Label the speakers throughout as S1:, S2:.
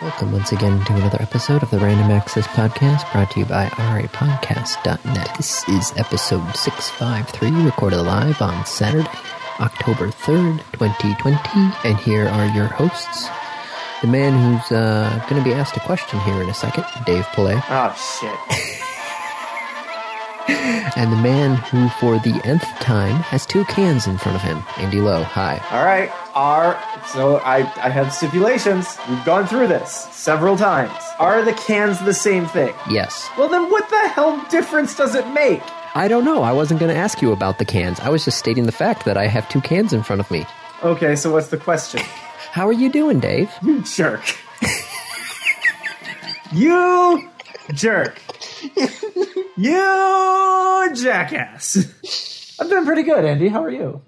S1: welcome once again to another episode of the Random Access Podcast brought to you by rapodcast.net. This is episode 653, recorded live on Saturday, October 3rd, 2020. And here are your hosts the man who's uh, going to be asked a question here in a second, Dave Pillay,
S2: Oh shit.
S1: and the man who, for the nth time, has two cans in front of him, Andy Lowe. Hi.
S2: All right, are so I I have stipulations. We've gone through this several times. Are the cans the same thing?
S1: Yes.
S2: Well, then what the hell difference does it make?
S1: I don't know. I wasn't going to ask you about the cans. I was just stating the fact that I have two cans in front of me.
S2: Okay, so what's the question?
S1: How are you doing, Dave?
S2: You jerk. you jerk. You jackass. I've been pretty good, Andy. How are you?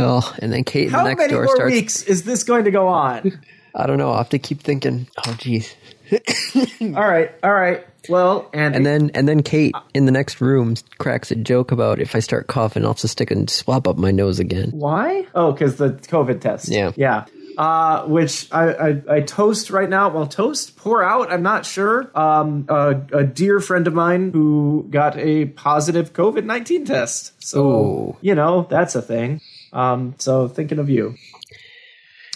S1: Oh, and then Kate in the
S2: How
S1: next
S2: many
S1: door
S2: more
S1: starts.
S2: weeks is this going to go on?
S1: I don't know. I'll have to keep thinking. Oh, jeez.
S2: all right, all right. Well, Andy.
S1: And then, and then Kate in the next room cracks a joke about if I start coughing, I'll have to stick and swab up my nose again.
S2: Why? Oh, because the COVID test.
S1: Yeah.
S2: Yeah. Uh, which I, I, I toast right now. Well, toast, pour out. I'm not sure. Um, a, a dear friend of mine who got a positive COVID 19 test. So,
S1: Ooh.
S2: you know, that's a thing. Um, so thinking of you.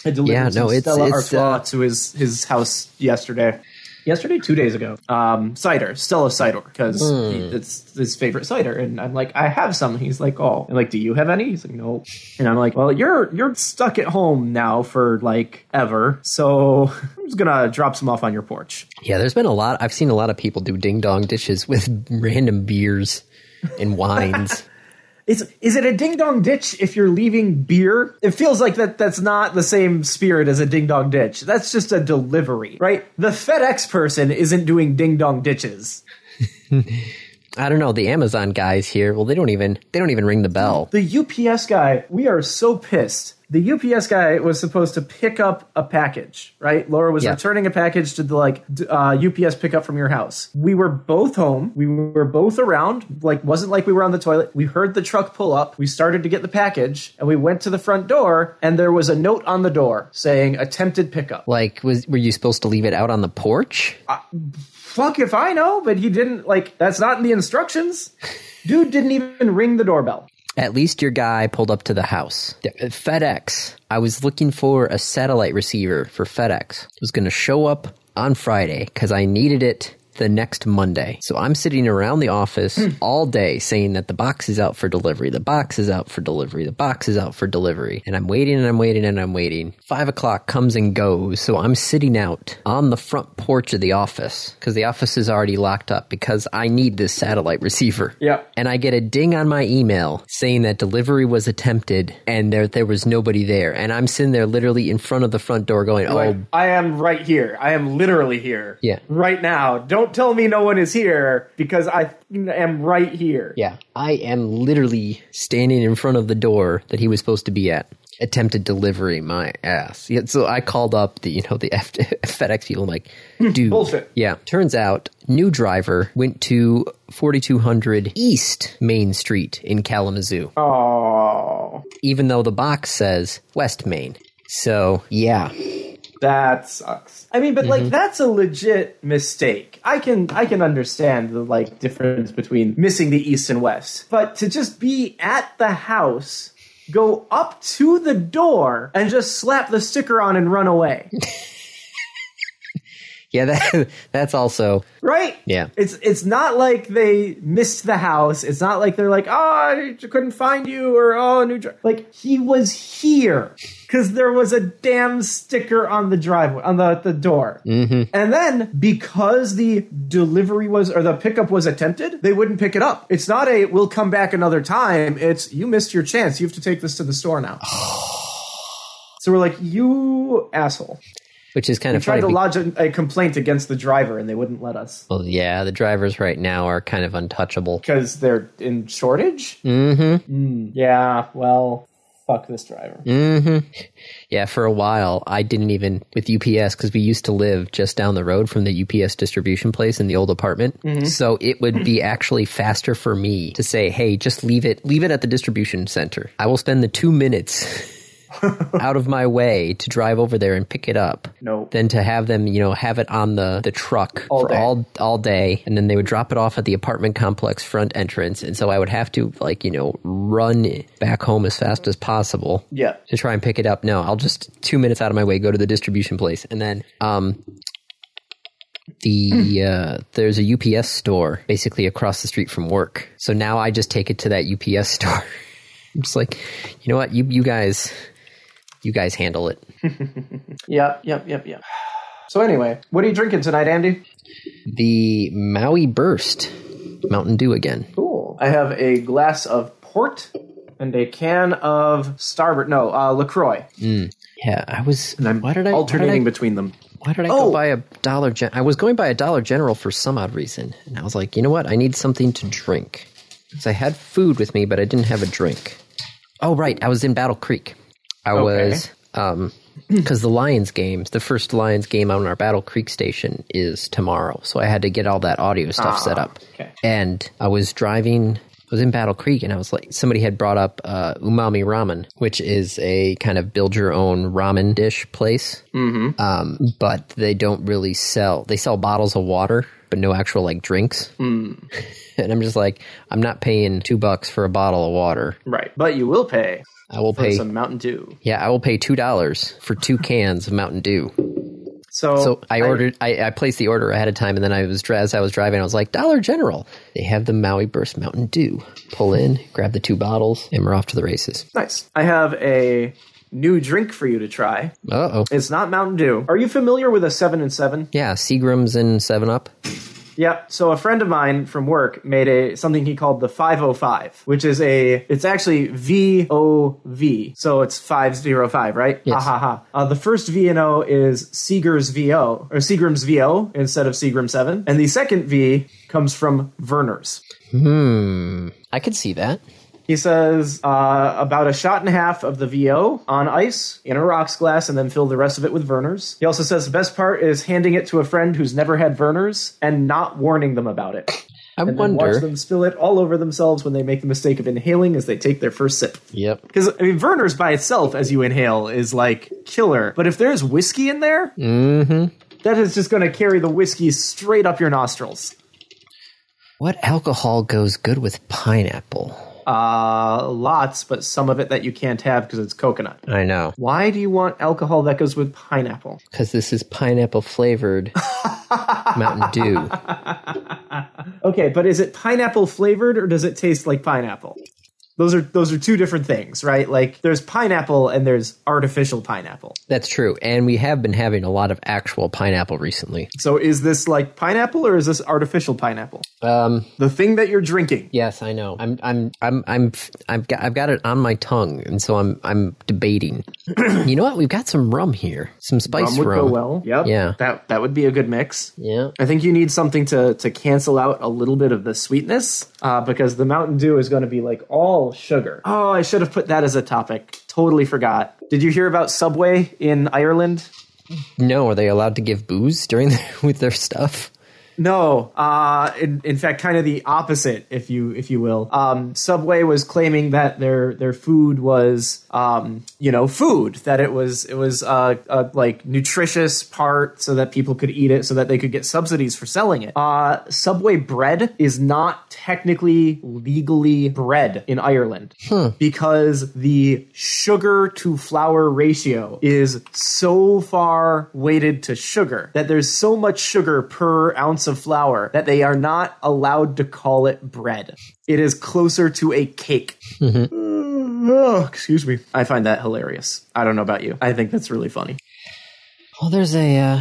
S2: I delivered
S1: Yeah,
S2: some
S1: no, it's-
S2: Stella
S1: it's,
S2: Artois
S1: uh,
S2: to his, his house yesterday. Yesterday, two days ago. Um, cider, Stella cider, because
S1: Hmm.
S2: it's his favorite cider. And I'm like, I have some. He's like, oh, and like, do you have any? He's like, no. And I'm like, well, you're you're stuck at home now for like ever, so I'm just gonna drop some off on your porch.
S1: Yeah, there's been a lot. I've seen a lot of people do ding dong dishes with random beers and wines.
S2: It's is it a ding dong ditch if you're leaving beer? It feels like that that's not the same spirit as a ding dong ditch. That's just a delivery, right? The FedEx person isn't doing ding dong ditches.
S1: I don't know. The Amazon guys here. Well, they don't even they don't even ring the bell.
S2: The UPS guy, we are so pissed. The UPS guy was supposed to pick up a package, right? Laura was
S1: Yeah.
S2: returning a package to the like d- uh, UPS pickup from your house. We were both home. We were both around. Like, wasn't like we were on the toilet. We heard the truck pull up. We started to get the package, and we went to the front door, and there was a note on the door saying "attempted pickup."
S1: Like, was were you supposed to leave it out on the porch?
S2: Fuck if I know, but he didn't. Like, that's not in the instructions. Dude didn't even ring the doorbell.
S1: At least your guy pulled up to the house. Yeah, FedEx. I was looking for a satellite receiver for FedEx. It was going to show up on Friday because I needed it the next Monday. So I'm sitting around the office all day saying that the box is out for delivery. The box is out for delivery. The box is out for delivery. And I'm waiting and I'm waiting and I'm waiting. Five o'clock comes and goes. So I'm sitting out on the front porch of the office because the office is already locked up because I need this satellite receiver
S2: Yeah.
S1: and I get a ding on my email saying that delivery was attempted and there there was nobody there. And I'm sitting there literally in front of the front door going,
S2: Like,
S1: "Oh,
S2: I am right here. I am literally here.
S1: Yeah.
S2: Right now. Don't tell me no one is here because I f- am right here.
S1: yeah, I am literally standing in front of the door that he was supposed to be at." Attempted delivery, my ass. Yeah, so I called up the you know the F- FedEx people. I'm like, dude,
S2: Hmm, Bullshit.
S1: yeah. Turns out, new driver went to 4200 East Main Street in Kalamazoo.
S2: Oh,
S1: even though the box says West Main. So, yeah.
S2: that sucks. I mean, but
S1: Mm-hmm.
S2: like that's a legit mistake. I can I can understand the like difference between missing the east and west. But to just be at the house, go up to the door and just slap the sticker on and run away.
S1: Yeah, that, that's also,
S2: right?
S1: Yeah.
S2: It's it's not like they missed the house. It's not like they're like, oh, I couldn't find you or oh, new dri-. like he was here because there was a damn sticker on the driveway on the the door. Mm-hmm. And then because the delivery was or the pickup was attempted, they wouldn't pick it up. It's not a we'll come back another time. It's you missed your chance. You have to take this to the store now. So we're like, you asshole.
S1: which is kind of funny.
S2: Tried to
S1: be-
S2: lodge a, a complaint against the driver and they wouldn't let us.
S1: well, yeah, the drivers right now are kind of untouchable.
S2: because they're in shortage. Mm-hmm. yeah. Well, fuck this driver.
S1: Mm. Yeah, for a while, I didn't even, with UPS, because we used to live just down the road from the UPS distribution place in the old apartment.
S2: Mm-hmm.
S1: So it would be actually faster for me to say, hey, just leave it, leave it at the distribution center. I will spend the two minutes out of my way to drive over there and pick it up
S2: Nope.
S1: than to have them, you know, have it on the, the truck
S2: All
S1: for
S2: day.
S1: all all day, and then they would drop it off at the apartment complex front entrance, and so I would have to like you know run back home as fast as possible.
S2: Yeah.
S1: To try and pick it up. No, I'll just two minutes out of my way go to the distribution place, and then um, the uh, there's a UPS store basically across the street from work. So now I just take it to that UPS store. I'm just like, you know what, you you guys, you guys handle it.
S2: Yep, yep, yep, yep. So anyway, what are you drinking tonight, Andy?
S1: The Maui Burst Mountain Dew again.
S2: Cool. I have a glass of port and a can of Starboard. No, uh, Lacroix.
S1: Yeah, I was.
S2: And I'm
S1: why did I
S2: alternating
S1: Why did I,
S2: between them.
S1: why did I
S2: Oh!
S1: go buy a Dollar Gen? I was going by a Dollar General for some odd reason, and I was like, you know what? I need something to drink because I had food with me, but I didn't have a drink. Oh right, I was in Battle Creek. I
S2: Okay.
S1: was um because the Lions game, the first Lions game on our Battle Creek station is tomorrow, so I had to get all that audio stuff set up.
S2: Ah, okay.
S1: And I was driving. I was in Battle Creek, and I was like, somebody had brought up uh, Umami Ramen, which is a kind of build your own ramen dish place. Mm-hmm. Um, but they don't really sell. They sell bottles of water, but no actual like drinks. and I'm just like, I'm not paying two bucks for a bottle of water.
S2: Right. But you will pay
S1: I will
S2: for
S1: pay
S2: some Mountain Dew.
S1: yeah, I will pay two dollars for two cans of Mountain Dew.
S2: So,
S1: So I ordered, I, I placed the order ahead of time, and then I was as I was driving, I was like, Dollar General, they have the Maui Burst Mountain Dew. Pull in, grab the two bottles, and we're off to the races.
S2: Nice. I have a new drink for you to try.
S1: Uh oh,
S2: It's not Mountain Dew. Are you familiar with a 7 and 7?
S1: yeah, Seagram's and Seven Up.
S2: Yep. So a friend of mine from work made a something he called the 505, which is a it's actually V O V. So it's 505, right?
S1: Yes.
S2: Ha ha ha. Uh, the first V and O is Seeger's VO or Seagram's VO instead of Seagram 7, and the second V comes from Verner's.
S1: Hmm. I could see that.
S2: He says uh, about a shot and a half of the VO on ice in a rocks glass and then fill the rest of it with Verner's. He also says the best part is handing it to a friend who's never had Verner's and not warning them about it.
S1: I
S2: And then watch
S1: wonder.
S2: them spill it all over themselves when they make the mistake of inhaling as they take their first sip.
S1: Yep.
S2: Because I mean, Verner's by itself, as you inhale, is like killer. But if there's whiskey in there, that is just going to carry the whiskey straight up your nostrils.
S1: What alcohol goes good with pineapple?
S2: Uh, lots, but some of it that you can't have because it's coconut.
S1: I know
S2: Why do you want alcohol that goes with pineapple?
S1: because this is pineapple flavored Mountain Dew.
S2: Okay, but is it pineapple flavored or does it taste like pineapple? Those are those are two different things, right? Like there's pineapple and there's artificial pineapple.
S1: That's true, and we have been having a lot of actual pineapple recently.
S2: So is this like pineapple or is this artificial pineapple?
S1: Um,
S2: The thing that you're drinking.
S1: Yes, I know. I'm, I'm, I'm, I'm, I've got, I've got it on my tongue, and so I'm, I'm debating. you know what? We've got some rum here, some spice
S2: Rum
S1: rum.
S2: Um, would go well. Yep.
S1: Yeah.
S2: That that would be a good mix.
S1: Yeah.
S2: I think you need something to to cancel out a little bit of the sweetness uh, because the Mountain Dew is going to be like all sugar. Oh, I should have put that as a topic. Totally forgot. Did you hear about Subway in Ireland?
S1: No, are they allowed to give booze during the, with their stuff?
S2: No, uh, in, in fact, kind of the opposite, if you if you will. Um, Subway was claiming that their their food was, um, you know, food that it was it was uh, a like nutritious part so that people could eat it, so that they could get subsidies for selling it. Uh, Subway bread is not technically legally bread in Ireland because the sugar to flour ratio is so far weighted to sugar that there's so much sugar per ounce of flour that they are not allowed to call it bread. It is closer to a cake. Oh, excuse me. I find that hilarious. I don't know about you. I think that's really funny.
S1: Well, there's a, uh,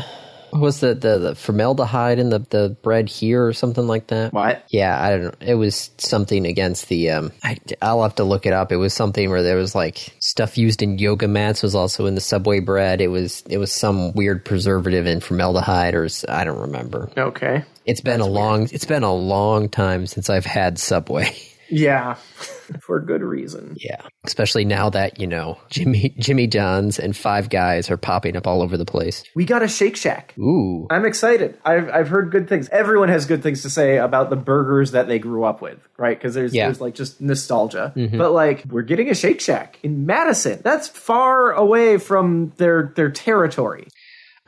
S1: what was the, the the formaldehyde in the the bread here or something like that?
S2: What?
S1: Yeah, I don't know. It was something against the. Um, I, I'll have to look it up. It was something where there was like stuff used in yoga mats was also in the subway bread. It was it was some weird preservative in formaldehyde or s- I don't remember.
S2: Okay.
S1: It's been a long it's been a long time since I've had Subway.
S2: Yeah. for good reason.
S1: Yeah. Especially now that, you know, Jimmy Jimmy John's and Five Guys are popping up all over the place.
S2: We got a Shake Shack.
S1: Ooh.
S2: I'm excited. I've, I've heard good things. Everyone has good things to say about the burgers that they grew up with, right? Because there's,
S1: Yeah.
S2: there's like just nostalgia. But like, we're getting a Shake Shack in Madison. That's far away from their their territory.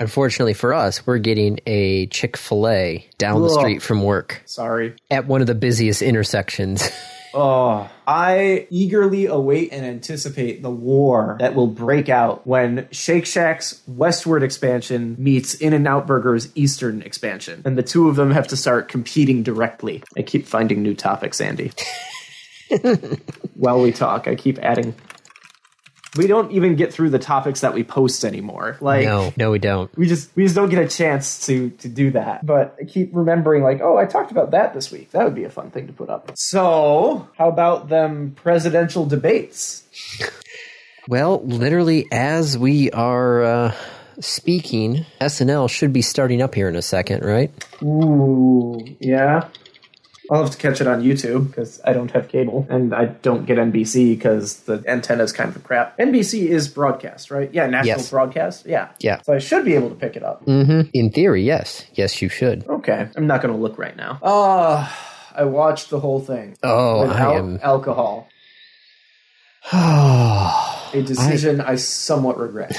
S1: Unfortunately for us, we're getting a Chick-fil-A down the
S2: Ugh.
S1: street from work
S2: Sorry.
S1: at one of the busiest intersections.
S2: Oh, I eagerly await and anticipate the war that will break out when Shake Shack's westward expansion meets In N Out Burger's eastern expansion, and the two of them have to start competing directly. I keep finding new topics, Andy. While we talk, I keep adding. We don't even get through the topics that we post anymore. Like,
S1: no, no we don't.
S2: we just we just don't get a chance to to do that. But I keep remembering like, oh, I talked about that this week. That would be a fun thing to put up. So, how about them presidential debates?
S1: Well, literally as we are uh speaking, SNL should be starting up here in a second, right?
S2: Ooh, yeah. I'll have to catch it on YouTube because I don't have cable and I don't get NBC because the antenna's kind of crap. NBC is broadcast, right? Yeah, national
S1: Yes.
S2: broadcast. Yeah.
S1: Yeah. Mm.
S2: So I should be able to pick it up.
S1: In theory, yes. Yes, you should.
S2: Okay. I'm not going to look right now. Oh, I watched the whole thing.
S1: Oh,
S2: without
S1: I am.
S2: alcohol. a decision I, somewhat regret.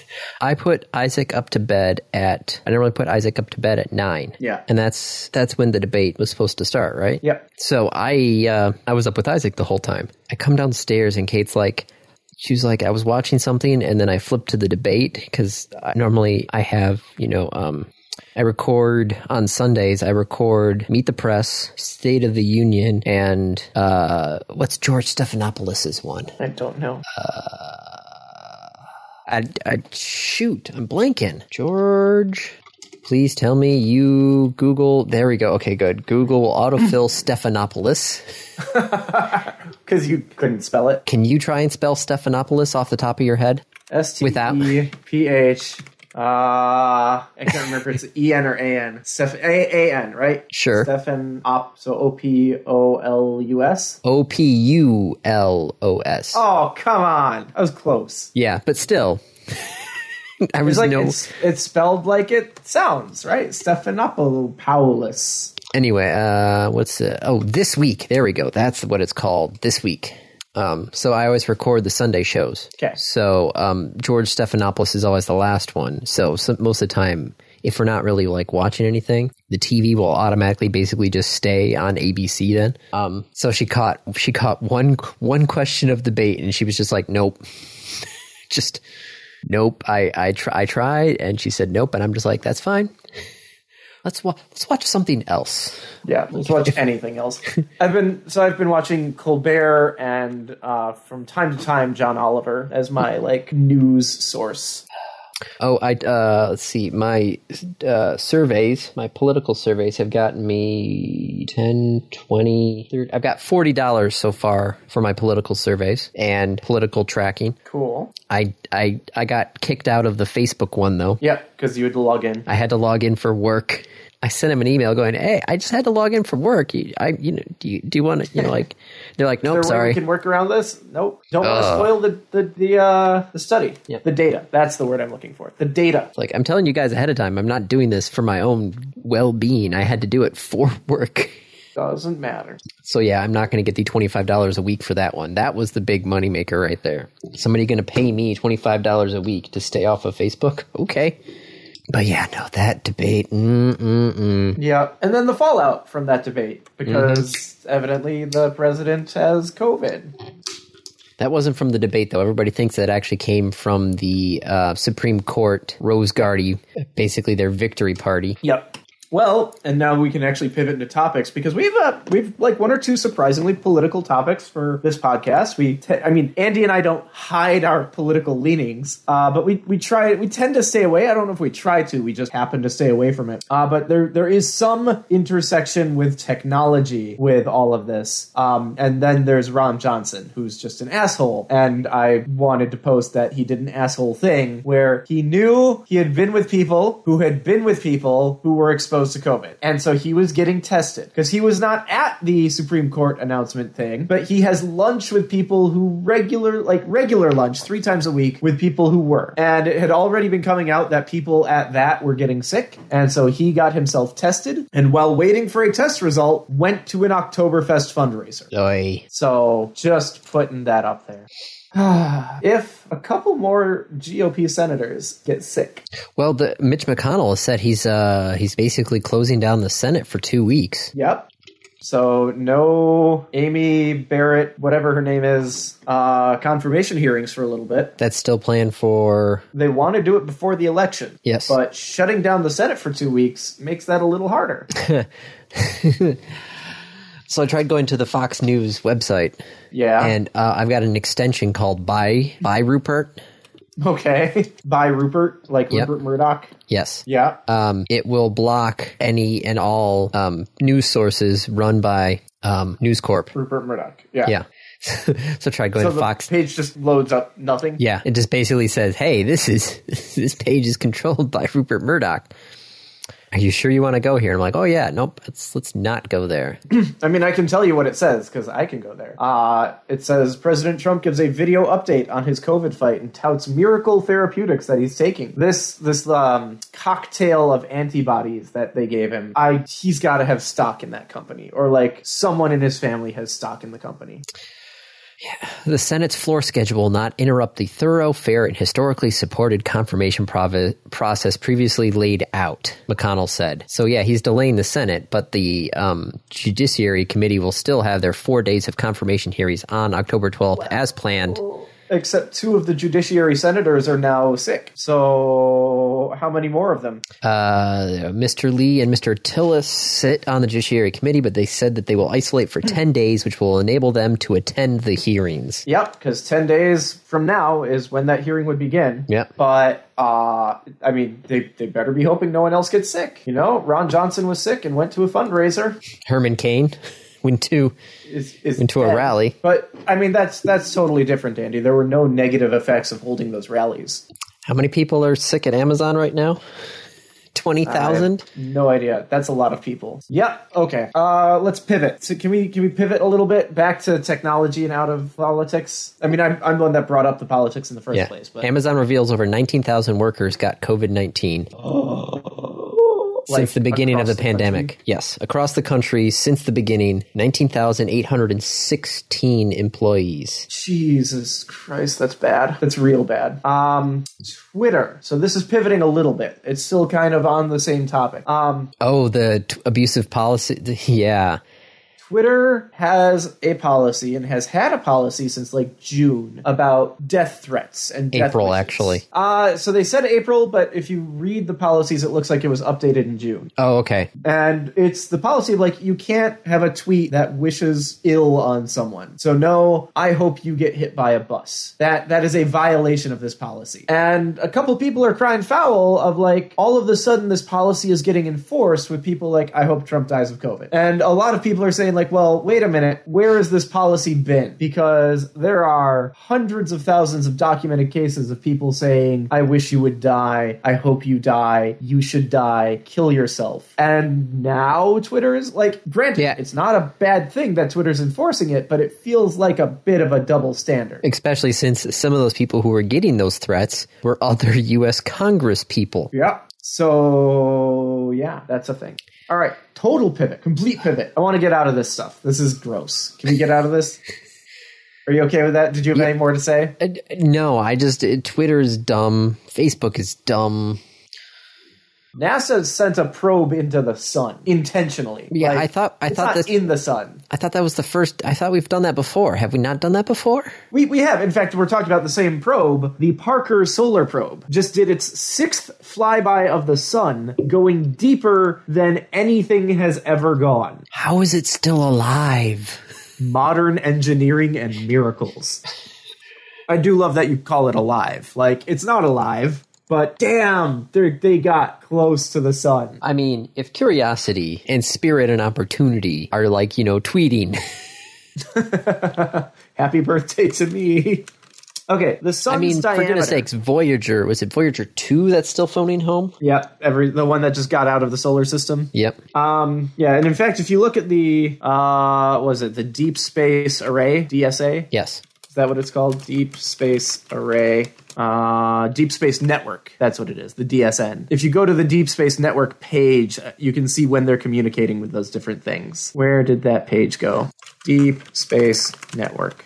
S1: I put Isaac up to bed at I normally put Isaac up to bed at nine.
S2: Yeah.
S1: And that's that's when the debate was supposed to start, right?
S2: Yep.
S1: So I uh, I was up with Isaac the whole time. I come downstairs and Kate's like she was like I was watching something and then I flipped to the debate because normally I have you know um, I record on Sundays. I record Meet the Press, State of the Union, and uh, what's George Stephanopoulos' one?
S2: I don't know.
S1: I, I shoot, I'm blanking. George, please tell me you Google. There we go. Okay, good. Google will autofill Stephanopoulos.
S2: Because you couldn't spell it.
S1: Can you try and spell Stephanopoulos off the top of your head?
S2: S T
S1: Without-
S2: E P H. Uh, I can't remember if it's E N or A N. Steph- A A N, right?
S1: Sure.
S2: Stefan Op. So O P O L U S.
S1: O P U L O S.
S2: Oh, come on. I was close.
S1: Yeah, but still, I was
S2: It's like
S1: no.
S2: it's, it's spelled like it sounds, right? Stephanopoulos.
S1: Anyway, uh, what's the? Oh, this week. There we go. That's what it's called. This week. Um, so I always record the Sunday shows.
S2: Okay.
S1: So um, George Stephanopoulos is always the last one. So, so most of the time, if we're not really like watching anything, the TV will automatically basically just stay on ABC. Then, um, so she caught she caught one one question of debate, and she was just like, "Nope, just nope." I I, tr- I tried, and she said nope, and I'm just like, "That's fine." Let's wa- let's watch something else.
S2: Yeah, let's watch anything else. I've been so I've been watching Colbert and uh, from time to time John Oliver as my like news source.
S1: Oh, I uh, let's see. My uh, surveys, my political surveys, have gotten me 10, 20, 30. I've got forty dollars so far for my political surveys and political tracking.
S2: Cool.
S1: I I I got kicked out of the Facebook one though.
S2: Yeah, because you would log in.
S1: I had to log in for work. I sent him an email going, "Hey, I just had to log in for work. You, I you know do you, do you want to you know like?" They're like, "Nope,
S2: There a way
S1: sorry."
S2: we can work around this. Nope. Don't want to spoil the the the, uh, the study.
S1: Yeah.
S2: The data. That's the word I'm looking for. The data.
S1: Like I'm telling you guys ahead of time, I'm not doing this for my own well-being. I had to do it for work.
S2: Doesn't matter.
S1: So yeah, I'm not going to get the $25 a week for that one. That was the big moneymaker right there. Somebody going to pay me $25 a week to stay off of Facebook? Okay. But yeah, no, that debate. Mm, mm, mm.
S2: Yeah. And then the fallout from that debate because
S1: Mm-hmm.
S2: evidently the president has COVID.
S1: That wasn't from the debate though. Everybody thinks that actually came from the uh, Supreme Court Rose Gardy, basically their victory party.
S2: Yep. Well, and now we can actually pivot into topics because we've uh, we've like one or two surprisingly political topics for this podcast. We, te- I mean, Andy and I don't hide our political leanings, uh, but we we try we tend to stay away. I don't know if we try to, we just happen to stay away from it. Uh, but there there is some intersection with technology with all of this, um, and then there's Ron Johnson who's just an asshole, and I wanted to post that he did an asshole thing where he knew he had been with people who had been with people who were exposed exposed to COVID. And so he was getting tested because he was not at the Supreme Court announcement thing, but he has lunch with people who regular, like regular lunch three times a week with people who were. And it had already been coming out that people at that were getting sick. And so he got himself tested. And while waiting for a test result, went to an Oktoberfest fundraiser.
S1: Oy.
S2: So just putting that up there. if a couple more GOP senators get sick,
S1: Well, the, Mitch McConnell has said he's uh, he's basically closing down the Senate for two weeks.
S2: Yep. So no Amy Barrett, whatever her name is, uh, confirmation hearings for a little bit.
S1: That's still planned for
S2: They want to do it before the election.
S1: Yes.
S2: But shutting down the Senate for two weeks makes that a little harder.
S1: So I tried going to the Fox News website,
S2: Yeah.
S1: and uh, I've got an extension called "By By Rupert."
S2: okay. By Rupert, like
S1: Yep.
S2: Rupert Murdoch.
S1: Yes,
S2: Yeah.
S1: um, it will block any and all um, news sources run by um, News Corp.
S2: Rupert Murdoch. Yeah.
S1: Yeah, so I tried going
S2: So
S1: to
S2: the
S1: Fox.
S2: page just loads up nothing.
S1: yeah, it just basically says, "Hey, this is this page is controlled by Rupert Murdoch." Are you sure you want to go here? I'm like, oh yeah, nope. Let's let's not go there.
S2: I mean, I can tell you what it says because I can go there. Uh, it says President Trump gives a video update on his COVID fight and touts miracle therapeutics that he's taking. This this um, cocktail of antibodies that they gave him. I he's got to have stock in that company, or like someone in his family has stock in the company.
S1: The Senate's floor schedule will not interrupt the thorough, fair, and historically supported confirmation provi- process previously laid out, McConnell said. So, yeah, he's delaying the Senate, but the um, Judiciary Committee will still have their four days of confirmation hearings on October 12th as planned.
S2: Except two of the judiciary senators are now sick. So how many more of them?
S1: Uh, Mr. Lee and Mr. Tillis sit on the Judiciary Committee, but they said that they will isolate for 10 days, which will enable them to attend the hearings.
S2: Yep, because ten days from now is when that hearing would begin.
S1: Yep.
S2: But uh, I mean, they they better be hoping no one else gets sick. You know, Ron Johnson was sick and went to a fundraiser.
S1: Herman Cain went to,
S2: Is is
S1: went to a
S2: dead.
S1: rally.
S2: But I mean, that's that's totally different, Andy. There were no negative effects of holding those rallies.
S1: How many people are sick at Amazon right now? 20,000?
S2: I have No idea. That's a lot of people. Yep. Okay. Uh, let's pivot. So can we can we pivot a little bit back to technology and out of politics? I mean, I'm I'm the one that brought up the politics in the first
S1: Yeah.
S2: place, but.
S1: Amazon reveals over 19,000 workers got COVID 19
S2: Oh, like,
S1: since the beginning of
S2: across
S1: the,
S2: country.
S1: pandemic. Yes, across the country since the beginning, 19,816 employees.
S2: Jesus Christ, that's bad. That's real bad. Um, Twitter. So this is pivoting a little bit. It's still kind of on the same topic. Um,
S1: Oh, the t- abusive policy. the- yeah.
S2: Twitter has a policy and has had a policy since like June about death threats and death
S1: April,
S2: wishes.
S1: actually.
S2: Uh, so they said April, but if you read the policies, it looks like it was updated in June.
S1: Oh, okay.
S2: And it's the policy of like you can't have a tweet that wishes ill on someone. So no, I hope you get hit by a bus. That that is a violation of this policy. And a couple people are crying foul of like all of a sudden this policy is getting enforced with people like I hope Trump dies of COVID. And a lot of people are saying like, well, wait a minute, where has this policy been? Because there are hundreds of thousands of documented cases of people saying, I wish you would die. I hope you die. You should die. Kill yourself. And now Twitter is like, granted,
S1: Yeah.
S2: it's not a bad thing that Twitter's enforcing it, but it feels like a bit of a double standard.
S1: Especially since some of those people who were getting those threats were other U.S. Congress people.
S2: Yeah. So, yeah, that's a thing. All right. Total pivot. Complete pivot. I want to get out of this stuff. This is gross. Can we get out of this? Are you okay with that? Did you have any more to say?
S1: Uh, no, I just. Uh, Twitter is dumb. Facebook is dumb.
S2: NASA sent a probe into the sun intentionally.
S1: Yeah, I thought- I
S2: it's
S1: thought
S2: not
S1: this-
S2: in the sun.
S1: I thought that was the first. I thought we've done that before. Have we not done that before?
S2: We we have in fact we're talking about the same probe. The Parker Solar Probe just did its sixth flyby of the sun, going deeper than anything has ever gone.
S1: How is it still alive?
S2: Modern engineering and miracles. I do love that you call it alive. Like it's not alive, but damn, they they got close to the sun.
S1: I mean, if curiosity and spirit and opportunity are like, you know, tweeting,
S2: Happy birthday to me. Okay, the sun's
S1: I mean, for
S2: diameter.
S1: goodness sakes, Voyager was it Voyager two that's still phoning home?
S2: Yeah, every the one that just got out of the solar system.
S1: Yep.
S2: Um, yeah, and in fact, if you look at the uh, what was it the Deep Space Array DSA?
S1: yes.
S2: Is that what it's called? Deep Space Array. Uh, Deep Space Network. That's what it is. The DSN. If you go to the Deep Space Network page, uh, you can see when they're communicating with those different things. Where did that page go? Deep Space Network.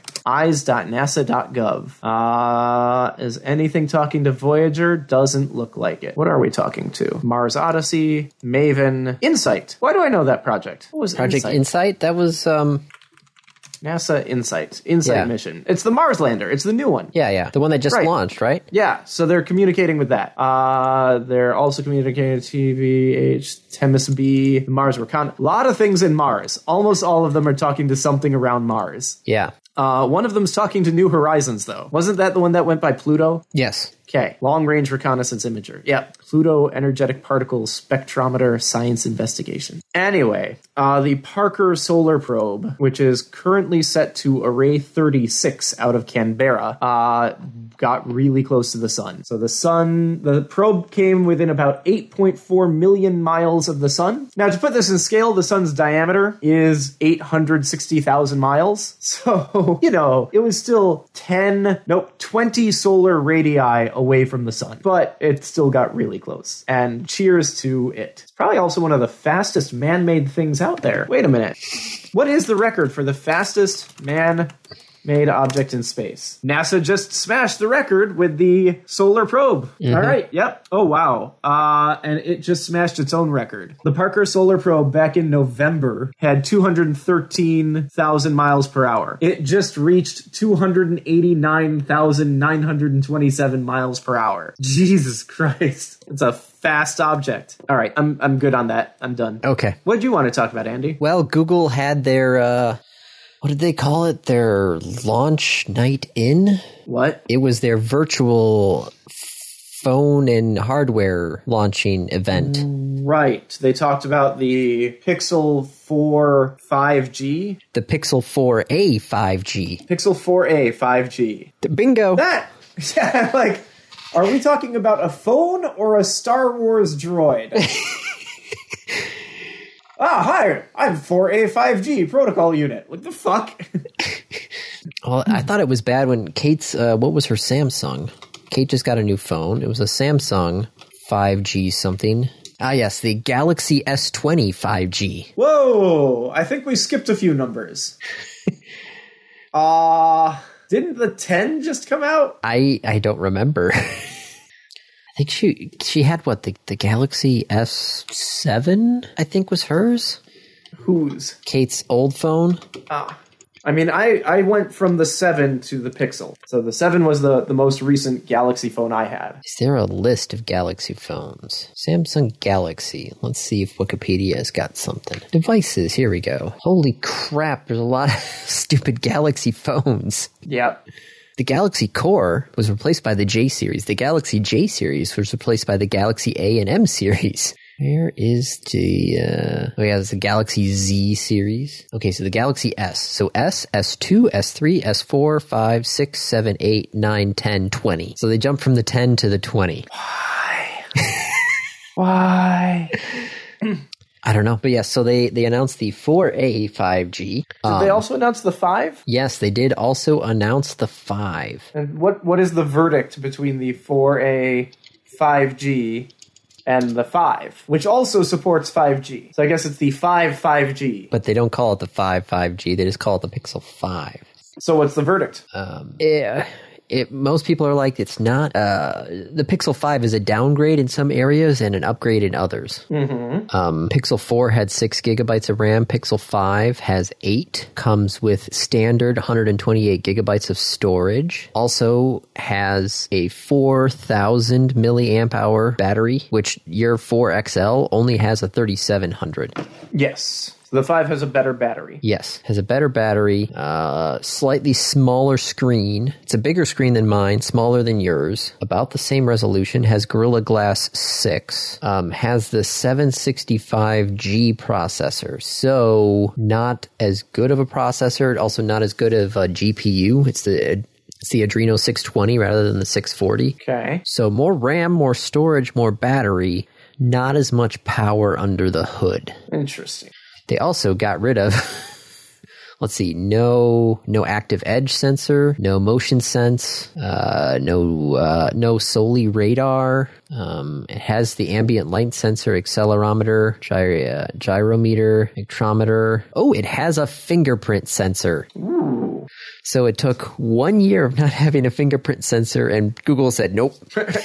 S2: Eyes.nasa.gov. Uh, is anything talking to Voyager? Doesn't look like it. What are we talking to? Mars Odyssey, Maven, Insight. Why do I know that project? What was
S1: Project
S2: Insight?
S1: Insight. That was um.
S2: NASA Insight. Insight
S1: Yeah.
S2: mission. It's the Mars lander. It's the new one.
S1: Yeah, yeah. The one that just
S2: Right.
S1: launched, right?
S2: Yeah, so they're communicating with that. Uh, they're also communicating with TVH, Themis B, Mars Recon. A lot of things in Mars. Almost all of them are talking to something around Mars.
S1: Yeah.
S2: Uh, one of them's talking to New Horizons, though. Wasn't that the one that went by Pluto?
S1: Yes.
S2: Okay, long range reconnaissance imager. Yep, Pluto energetic particle spectrometer science investigation. Anyway, uh, the Parker Solar Probe, which is currently set to Array 36 out of Canberra, uh, got really close to the sun. So the sun, the probe came within about 8.4 million miles of the sun. Now, to put this in scale, the sun's diameter is 860,000 miles. So, you know, it was still 10, nope, 20 solar radii away from the sun, but it still got really close. And cheers to it. It's probably also one of the fastest man made things out there. Wait a minute. What is the record for the fastest man made object in space. NASA just smashed the record with the solar probe. All right, yep. Oh wow. Uh and it just smashed its own record. The Parker solar probe back in November had 213,000 miles per hour. It just reached 289,927 miles per hour. Jesus Christ. It's a fast object. All right, I'm I'm good on that. I'm done.
S1: Okay.
S2: What do you want to talk about, Andy?
S1: Well, Google had their uh, what did they call it? Their launch night in.
S2: What?
S1: It was their virtual phone and hardware launching event.
S2: Right. They talked about the Pixel 4 5G,
S1: The Pixel 4a 5G.
S2: Pixel 4a 5G.
S1: Bingo.
S2: That, yeah, like, are we talking about a phone or a Star Wars droid? ah, hi, I'm 4a 5G protocol unit. What the fuck?
S1: Well, I thought it was bad when Kate's uh, what was her Samsung? Kate just got a new phone. It was a Samsung 5G something. Ah, yes, the Galaxy S20 5G.
S2: Whoa, I think we skipped a few numbers. Uh, didn't the 10 just come out?
S1: I I don't remember. I think she she had what the the Galaxy S7 I think was hers.
S2: Who's?
S1: Kate's old phone.
S2: Ah. I mean, I, I went from the 7 to the Pixel. So the 7 was the, the most recent Galaxy phone I had.
S1: Is there a list of Galaxy phones? Samsung Galaxy. Let's see if Wikipedia has got something. Devices, here we go. Holy crap, there's a lot of stupid Galaxy phones.
S2: Yep.
S1: The Galaxy Core was replaced by the J series. The Galaxy J series was replaced by the Galaxy A and M series. Where is the uh oh yeah, there's the Galaxy Z series. Okay, so the Galaxy S. So S, S2, S3, S4, 5, 6, 7, 8, 9, 10, 20. So they jump from the 10 to the 20.
S2: Why?
S1: I don't know. But yes, so they they announced the 4A 5G. Uh,
S2: they also announced the 5?
S1: yes, they did also announce the 5.
S2: And what what is the verdict between the 4A 5G and the 5, which also supports 5G? So I guess it's the 5 5G.
S1: But they don't call it the 5 5G. They just call it the Pixel 5.
S2: So what's the verdict?
S1: Um, it, it, most people are like, it's not. Uh, the Pixel 5 is a downgrade in some areas and an upgrade in others. Mm-hmm. Um, Pixel 4 had 6 gigabytes of RAM. Pixel 5 has 8. Comes with standard 128 gigabytes of storage. Also has a 4,000 milliamp hour battery, which your 4XL only has a 3,700.
S2: yes. So the 5 has a better battery.
S1: Yes, has a better battery, uh, slightly smaller screen. It's a bigger screen than mine, smaller than yours. About the same resolution. Has Gorilla Glass six. Um, has the 765G processor, so not as good of a processor. Also, not as good of a GPU. It's the It's the Adreno 620 rather than the 640.
S2: Okay.
S1: So more RAM, more storage, more battery, not as much power under the hood.
S2: Interesting.
S1: They also got rid of let's see, no no active edge sensor, no motion sense, uh, no uh, no solely radar. Um, it has the ambient light sensor, accelerometer, gyri- uh, gyrometer, spectrometer. Oh, it has a fingerprint sensor. So it took one year of not having a fingerprint sensor, and Google said, "Nope,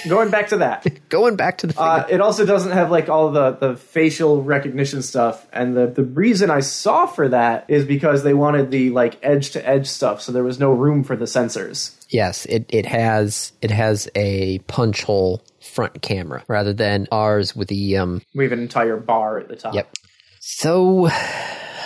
S2: Going back to that.
S1: going back to the finger-
S2: Uh, it also doesn't have like all the, the facial recognition stuff, and the, the reason I saw for that is because they wanted the like edge to edge stuff, so there was no room for the sensors.
S1: Yes, it, it has it has a punch hole front camera rather than ours with the um
S2: We have an entire bar at the top.
S1: yep. So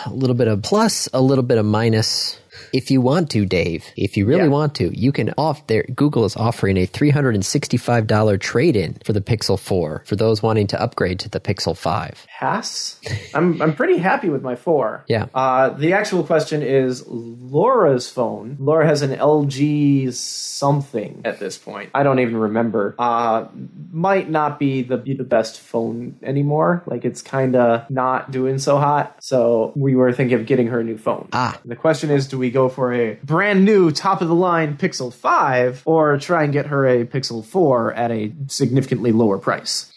S1: a little bit of plus, a little bit of minus. If you want to, Dave, if you really
S2: Yeah.
S1: want to, you can off there. Google is offering a $365 trade in for the Pixel 4 for those wanting to upgrade to the Pixel 5.
S2: Pass. I'm I'm pretty happy with my four.
S1: Yeah.
S2: Uh, the actual question is Laura's phone. Laura has an LG something at this point. I don't even remember. Uh, might not be the be the best phone anymore. Like it's kind of not doing so hot. So we were thinking of getting her a new phone.
S1: Ah.
S2: And the question is, do we go for a brand new top of the line Pixel Five or try and get her a Pixel Four at a significantly lower price?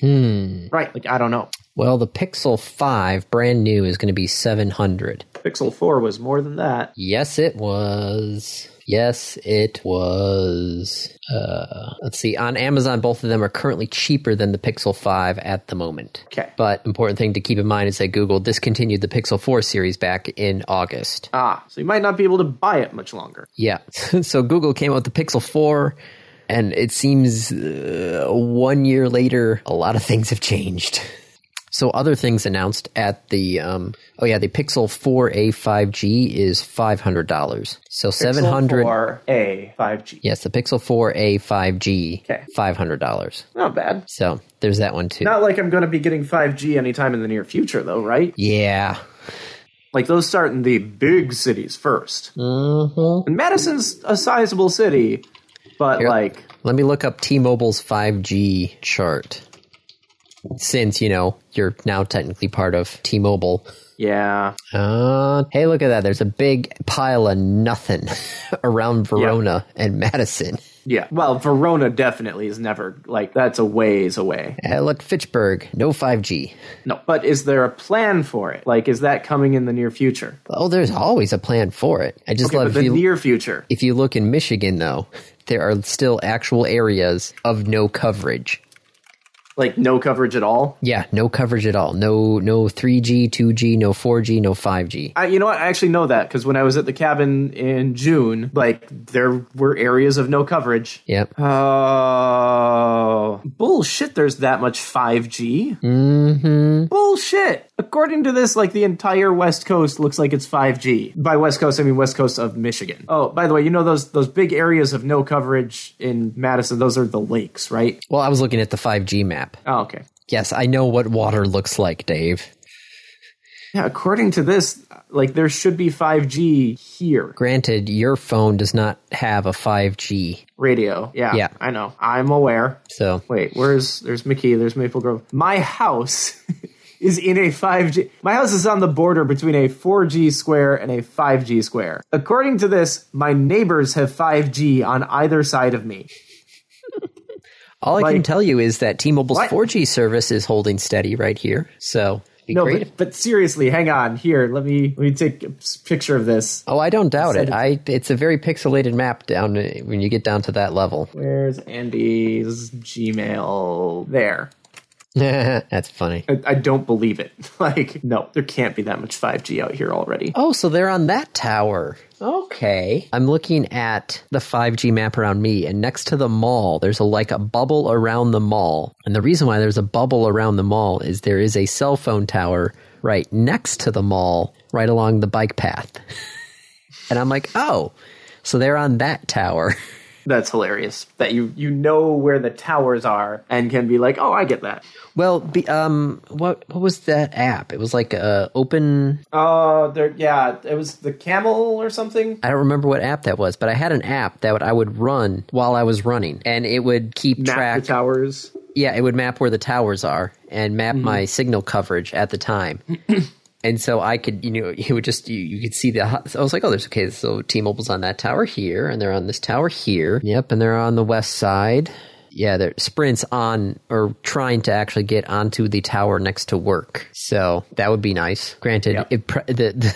S2: Hmm. Right. Like I don't know.
S1: Well, the Pixel 5 brand new is going to be 700.
S2: Pixel 4 was more than that.
S1: Yes, it was. Yes, it was. Uh, let's see. On Amazon, both of them are currently cheaper than the Pixel 5 at the moment.
S2: Okay.
S1: But important thing to keep in mind is that Google discontinued the Pixel 4 series back in August.
S2: Ah, so you might not be able to buy it much longer.
S1: Yeah. so Google came out with the Pixel 4, and it seems uh, one year later, a lot of things have changed. So other things announced at the um, oh yeah the Pixel 4a 5G is five hundred dollars. So seven hundred
S2: or a 5G.
S1: Yes, the Pixel 4a 5G,
S2: Okay.
S1: $500.
S2: Not bad.
S1: So there's that one too.
S2: Not like I'm going to be getting 5G anytime in the near future, though, right?
S1: Yeah.
S2: Like those start in the big cities 1st Mm-hmm. And Madison's a sizable city, but like
S1: Let me look up T Mobile's 5G chart. Since, you know, you're now technically part of T Mobile.
S2: yeah,
S1: Uh, hey, look at that. There's a big pile of nothing around Verona and Madison.
S2: yeah. Well, Verona definitely is never like that's a ways away.
S1: Hey, Uh, look, Fitchburg, no 5G.
S2: No, but is there a plan for it? Like, is that coming in the near future?
S1: Oh, there's always a plan for it. I just
S2: Okay, but
S1: love
S2: the
S1: if you,
S2: near future.
S1: if you look in Michigan, though, there are still actual areas of no coverage.
S2: like no coverage at all.
S1: Yeah, no coverage at all. No, no 3G, 2G, no 4G, no 5G.
S2: I, you know what? I actually know that because when I was at the cabin in June, like there were areas of no coverage.
S1: Yep.
S2: Oh bullshit! There's that much 5G. Mm-hmm. Bullshit. According to this, like the entire West Coast looks like it's 5G. By West Coast, I mean West Coast of Michigan. Oh, by the way, you know those those big areas of no coverage in Madison? Those are the lakes, right?
S1: Well, I was looking at the 5G map.
S2: Oh, okay.
S1: Yes, I know what water looks like, Dave.
S2: Yeah. According to this, like there should be 5G here.
S1: Granted, your phone does not have a 5G.
S2: radio. Yeah,
S1: Yeah.
S2: I know. I'm aware.
S1: So,
S2: Wait, where's there's McKee? There's Maple Grove. My house is in a 5G. My house is on the border between a 4G square and a 5G square. According to this, my neighbors have 5G on either side of me.
S1: all I can
S2: Like-
S1: tell you is that T-Mobile's
S2: What?
S1: 4G service is holding steady right here. So, be
S2: No,
S1: great.
S2: but, but seriously, hang on. Here, let me let me take a s- picture of this.
S1: oh, I don't doubt it. I it's a very pixelated map down uh, when you get down to that level.
S2: Where's Andy's Gmail? There.
S1: That's funny.
S2: I, I don't believe it. Like, no, there can't be that much 5G out here already.
S1: Oh, so they're on that tower.
S2: Okay.
S1: I'm looking at the 5G map around me, and next to the mall, there's a, like a bubble around the mall. And the reason why there's a bubble around the mall is there is a cell phone tower right next to the mall, right along the bike path. and I'm like, oh, so they're on that tower.
S2: that's hilarious that you you know where the towers are and can be like, oh, I get that.
S1: Well, be, um, what what was that app? It was like a open.
S2: Oh, there, yeah, it was the camel or something.
S1: I don't remember what app that was, but I had an app that would, I would run while I was running, and it would keep
S2: Map
S1: track.
S2: the towers.
S1: yeah, it would map where the towers are and map my signal coverage at the time. and so I could, you know, it would just you, you could see the. hot- I was like, oh, there's okay. So T-Mobile's on that tower here, and they're on this tower here. Yep, and they're on the west side. Yeah, they're sprints on or trying to actually get onto the tower next to work. So that would be nice. Granted,
S2: Yep.
S1: it, pr- the,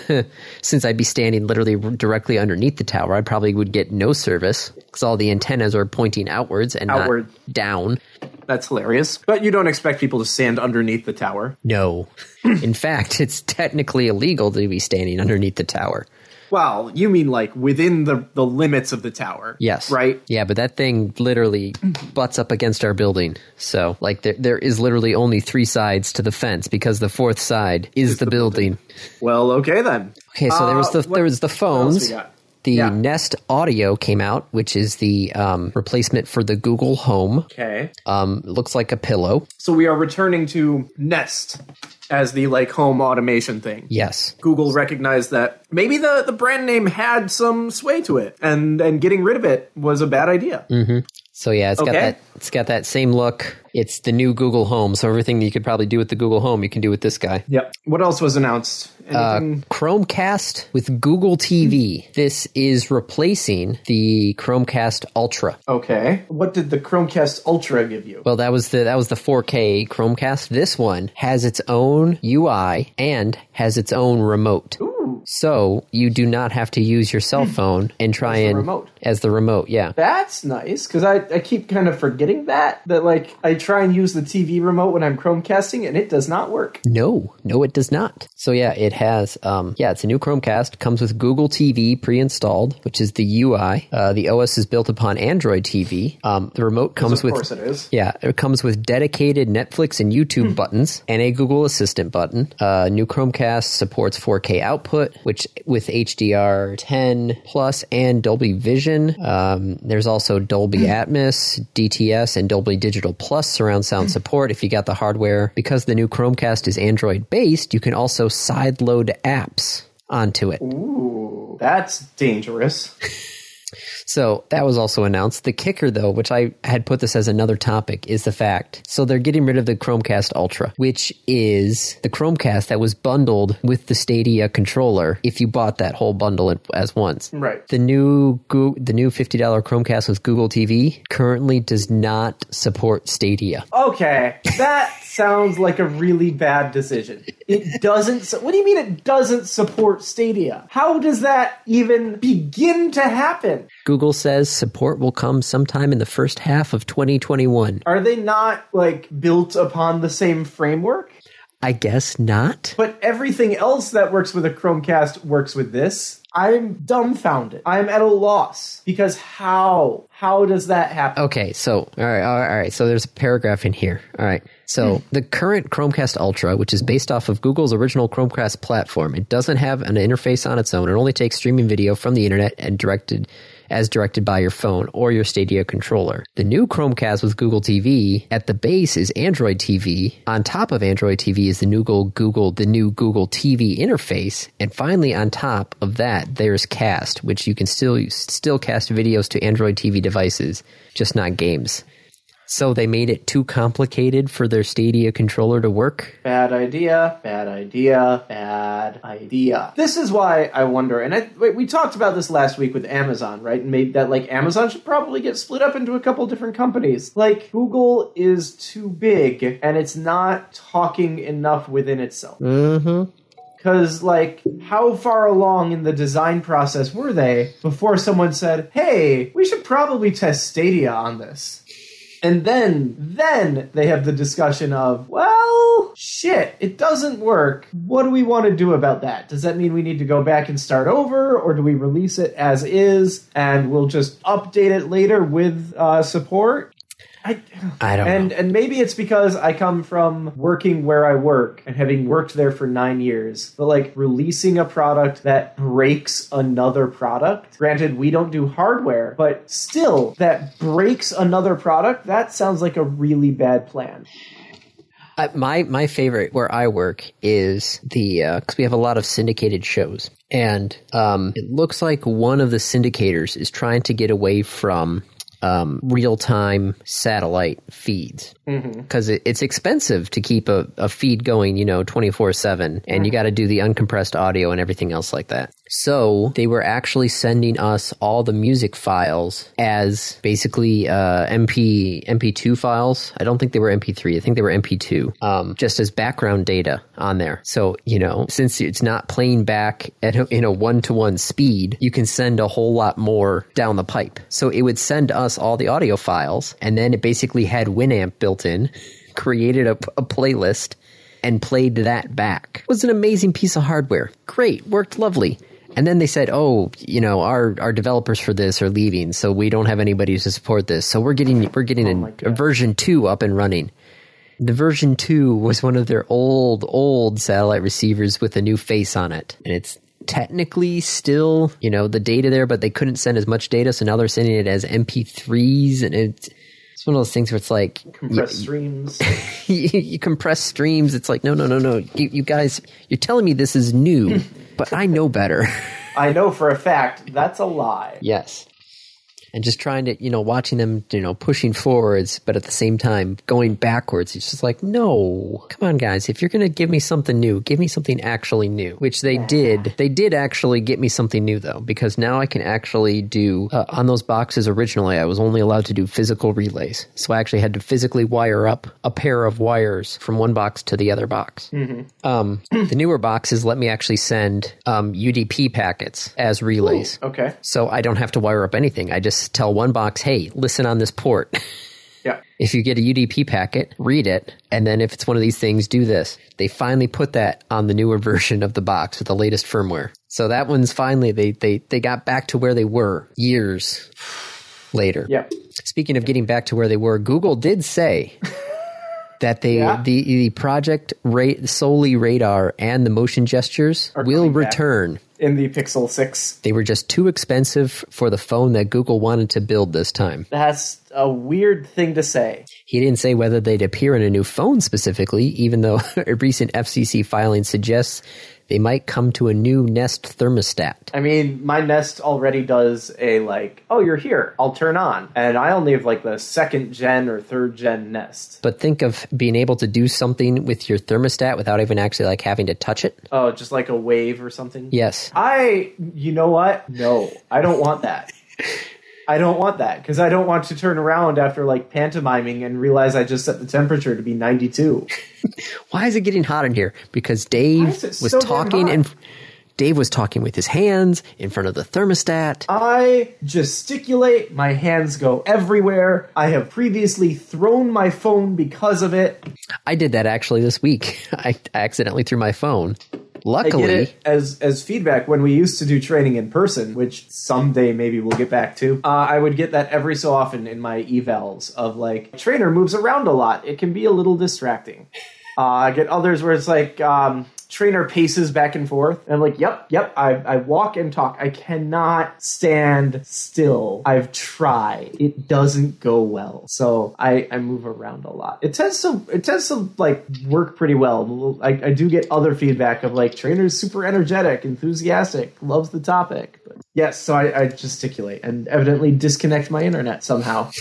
S1: the, since I'd be standing literally directly underneath the tower, I probably would get no service because all the antennas are pointing outwards and
S2: Outward.
S1: not down.
S2: That's hilarious. But you don't expect people to stand underneath the tower.
S1: No. In fact, it's technically illegal to be standing underneath the tower.
S2: Well, you mean like within the the limits of the tower.
S1: Yes.
S2: Right. Mm-hmm.
S1: Yeah, but that thing literally butts up against our building. So, like, there, there is literally only three sides to the fence because the fourth side is, the, building.
S2: Well, okay then.
S1: Okay, so there was
S2: Uh,
S1: the
S2: what-
S1: there was the
S2: else we
S1: phones.
S2: got?
S1: The
S2: Yeah.
S1: Nest Audio came out, which is the um, replacement for the Google Home.
S2: Okay.
S1: Um, it looks like a pillow.
S2: So we are returning to Nest as the like home automation thing.
S1: Yes.
S2: Google recognized that maybe the, the brand name had some sway to it, and and getting rid of it was a bad idea.
S1: Mm. So yeah, it's got
S2: Okay.
S1: that it's got that same look. It's the new Google Home, so everything that you could probably do with the Google Home, you can do with this guy.
S2: Yep. What else was announced?
S1: Uh,
S2: Anything?
S1: Chromecast with Google TV. This is replacing the Chromecast Ultra.
S2: okay. What did the Chromecast Ultra give you?
S1: Well, that was the that was the 4K Chromecast. This one has its own UI and has its own remote. So you do not have to use your cell phone and try and
S2: remote.
S1: Hmm. as the remote. Yeah,
S2: That's nice because I, I keep kind of forgetting that that like I try and use the TV remote when I'm Chromecasting and it does not work.
S1: No, no, it does not. So yeah, it has. Um, yeah, it's a new Chromecast. Comes with Google TV pre-installed, which is the UI. Uh, the OS is built upon Android TV. Um, the remote comes
S2: Of
S1: with.
S2: course it is.
S1: Yeah, it comes with dedicated Netflix and YouTube buttons and a Google Assistant button. Uh, new Chromecast supports 4K output, which with HDR 10 plus and Dolby Vision. Um, there's also Dolby Atmos, DTS, and Dolby Digital Plus surround sound support if you got the hardware. Because the new Chromecast is Android based, you can also sideload apps onto it.
S2: Ooh, that's dangerous.
S1: So that was also announced. The kicker, though, which I had put this as another topic, is the fact. So they're getting rid of the Chromecast Ultra, which is the Chromecast that was bundled with the Stadia controller if you bought that whole bundle in- as once.
S2: Right.
S1: The new Goo- the new fifty dollar Chromecast with Google TV currently does not support Stadia.
S2: Okay, that sounds like a really bad decision. It doesn't. su- What do you mean it doesn't support Stadia? How does that even begin to happen?
S1: Google says support will come sometime in the first half of 2021.
S2: Are they not like built upon the same framework?
S1: I guess not.
S2: But everything else that works with a Chromecast works with this. I'm dumbfounded. I'm at a loss because how? How does that happen?
S1: Okay, so all right, all right, all right. So there's a paragraph in here. All right. So the current Chromecast Ultra, which is based off of Google's original Chromecast platform, it doesn't have an interface on its own. It only takes streaming video from the internet and directed as directed by your phone or your Stadia controller. The new Chromecast with Google TV at the base is Android TV. On top of Android TV is the new Google, Google the new Google TV interface, and finally on top of that there's Cast, which you can still still cast videos to Android TV devices, just not games. So they made it too complicated for their Stadia controller to work.
S2: Bad idea, bad idea, bad idea. This is why I wonder, and I, wait, we talked about this last week with Amazon, right? And maybe that like Amazon should probably get split up into a couple different companies. Like Google is too big, and it's not talking enough within itself. Because, like, how far along in the design process were they before someone said, hey, we should probably test Stadia on this? And then, then they have the discussion of, well, shit, it doesn't work. What do we want to do about that? Does that mean we need to go back and start over, or do we release it as is and we'll just update it later with uh, support? I,
S1: I don't
S2: and
S1: know.
S2: and maybe it's because I come from working where I work and having worked there for nine years, but like releasing a product that breaks another product. Granted, we don't do hardware, but still, that breaks another product. That sounds like a really bad plan.
S1: I, my my favorite where I work is the because we have a lot of syndicated shows, and um, it looks like one of the syndicators is trying to get away from. Um, real time satellite feeds because it, it's expensive to keep a, a feed going, you know, 24 7, and you got to do the uncompressed audio and everything else like that. So they were actually sending us all the music files as basically uh, MP MP2 files. I don't think they were MP3. I think they were MP2, um, just as background data on there. So you know, since it's not playing back at a, in a one to one speed, you can send a whole lot more down the pipe. So it would send us all the audio files, and then it basically had Winamp built in, created a, a playlist and played that back. It was an amazing piece of hardware. Great, worked lovely. And then they said, "Oh, you know, our our developers for this are leaving, so we don't have anybody to support this. So we're getting we're getting a- a, version 2 up and running." The version 2 was one of their old old satellite receivers with a new face on it. And it's technically still, you know, the data there, but they couldn't send as much data, so now they're sending it as MP3s and it's it's one of those things where it's like
S2: Compressed streams.
S1: you, you compress streams. It's like, no, no, no, no. You, you guys, you're telling me this is new, but I know better.
S2: I know for a fact that's a lie.
S1: yes. And just trying to, you know, watching them, you know, pushing forwards, but at the same time going backwards. It's just like, no, come on, guys. If you're going to give me something new, give me something actually new, which they did. They did actually get me something new, though, because now I can actually do uh, on those boxes originally, I was only allowed to do physical relays. So I actually had to physically wire up a pair of wires from one box to the other box. Um, the newer boxes let me actually send um, UDP packets as relays.
S2: Okay.
S1: So I don't have to wire up anything. I just tell one box, hey, listen on this port.
S2: Yeah.
S1: if you get a UDP packet, read it. And then if it's one of these things, do this. They finally put that on the newer version of the box with the latest firmware. So that one's finally, they, they, they got back to where they were years later.
S2: Yeah.
S1: Speaking of getting back to where they were, Google did say that they
S2: Yeah.
S1: the the project ra- solely radar and the motion gestures will
S2: coming back.
S1: return.
S2: In the Pixel 6.
S1: They were just too expensive for the phone that Google wanted to build this time.
S2: That's a weird thing to say.
S1: He didn't say whether they'd appear in a new phone specifically, even though a recent FCC filing suggests they might come to a new Nest thermostat.
S2: I mean, my Nest already does a like, oh, you're here, I'll turn on. And I only have like the second gen or third gen Nest.
S1: But think of being able to do something with your thermostat without even actually like having to touch it.
S2: Oh, just like a wave or something?
S1: Yes.
S2: I, you know what? No, I don't want that. I don't want that because I don't want to turn around after like pantomiming and realize I just set the temperature to be 92.
S1: why is it getting hot in here? Because Dave
S2: is it
S1: was
S2: so damn
S1: talking
S2: hot?
S1: and Dave was talking with his hands in front of the thermostat.
S2: I gesticulate, my hands go everywhere. I have previously thrown my phone because of it.
S1: I did that actually this week. I accidentally threw my phone.
S2: I get
S1: Luckily,
S2: it as as feedback when we used to do training in person, which someday maybe we'll get back to. Uh, I would get that every so often in my evals of like trainer moves around a lot. It can be a little distracting. Uh, I get others where it's like um, trainer paces back and forth, and I'm like, yep, yep. I I walk and talk. I cannot stand still. I've tried. It doesn't go well. So I I move around a lot. It tends to it tends to like work pretty well. I I do get other feedback of like trainers super energetic, enthusiastic, loves the topic. But yes, so I, I gesticulate and evidently disconnect my internet somehow.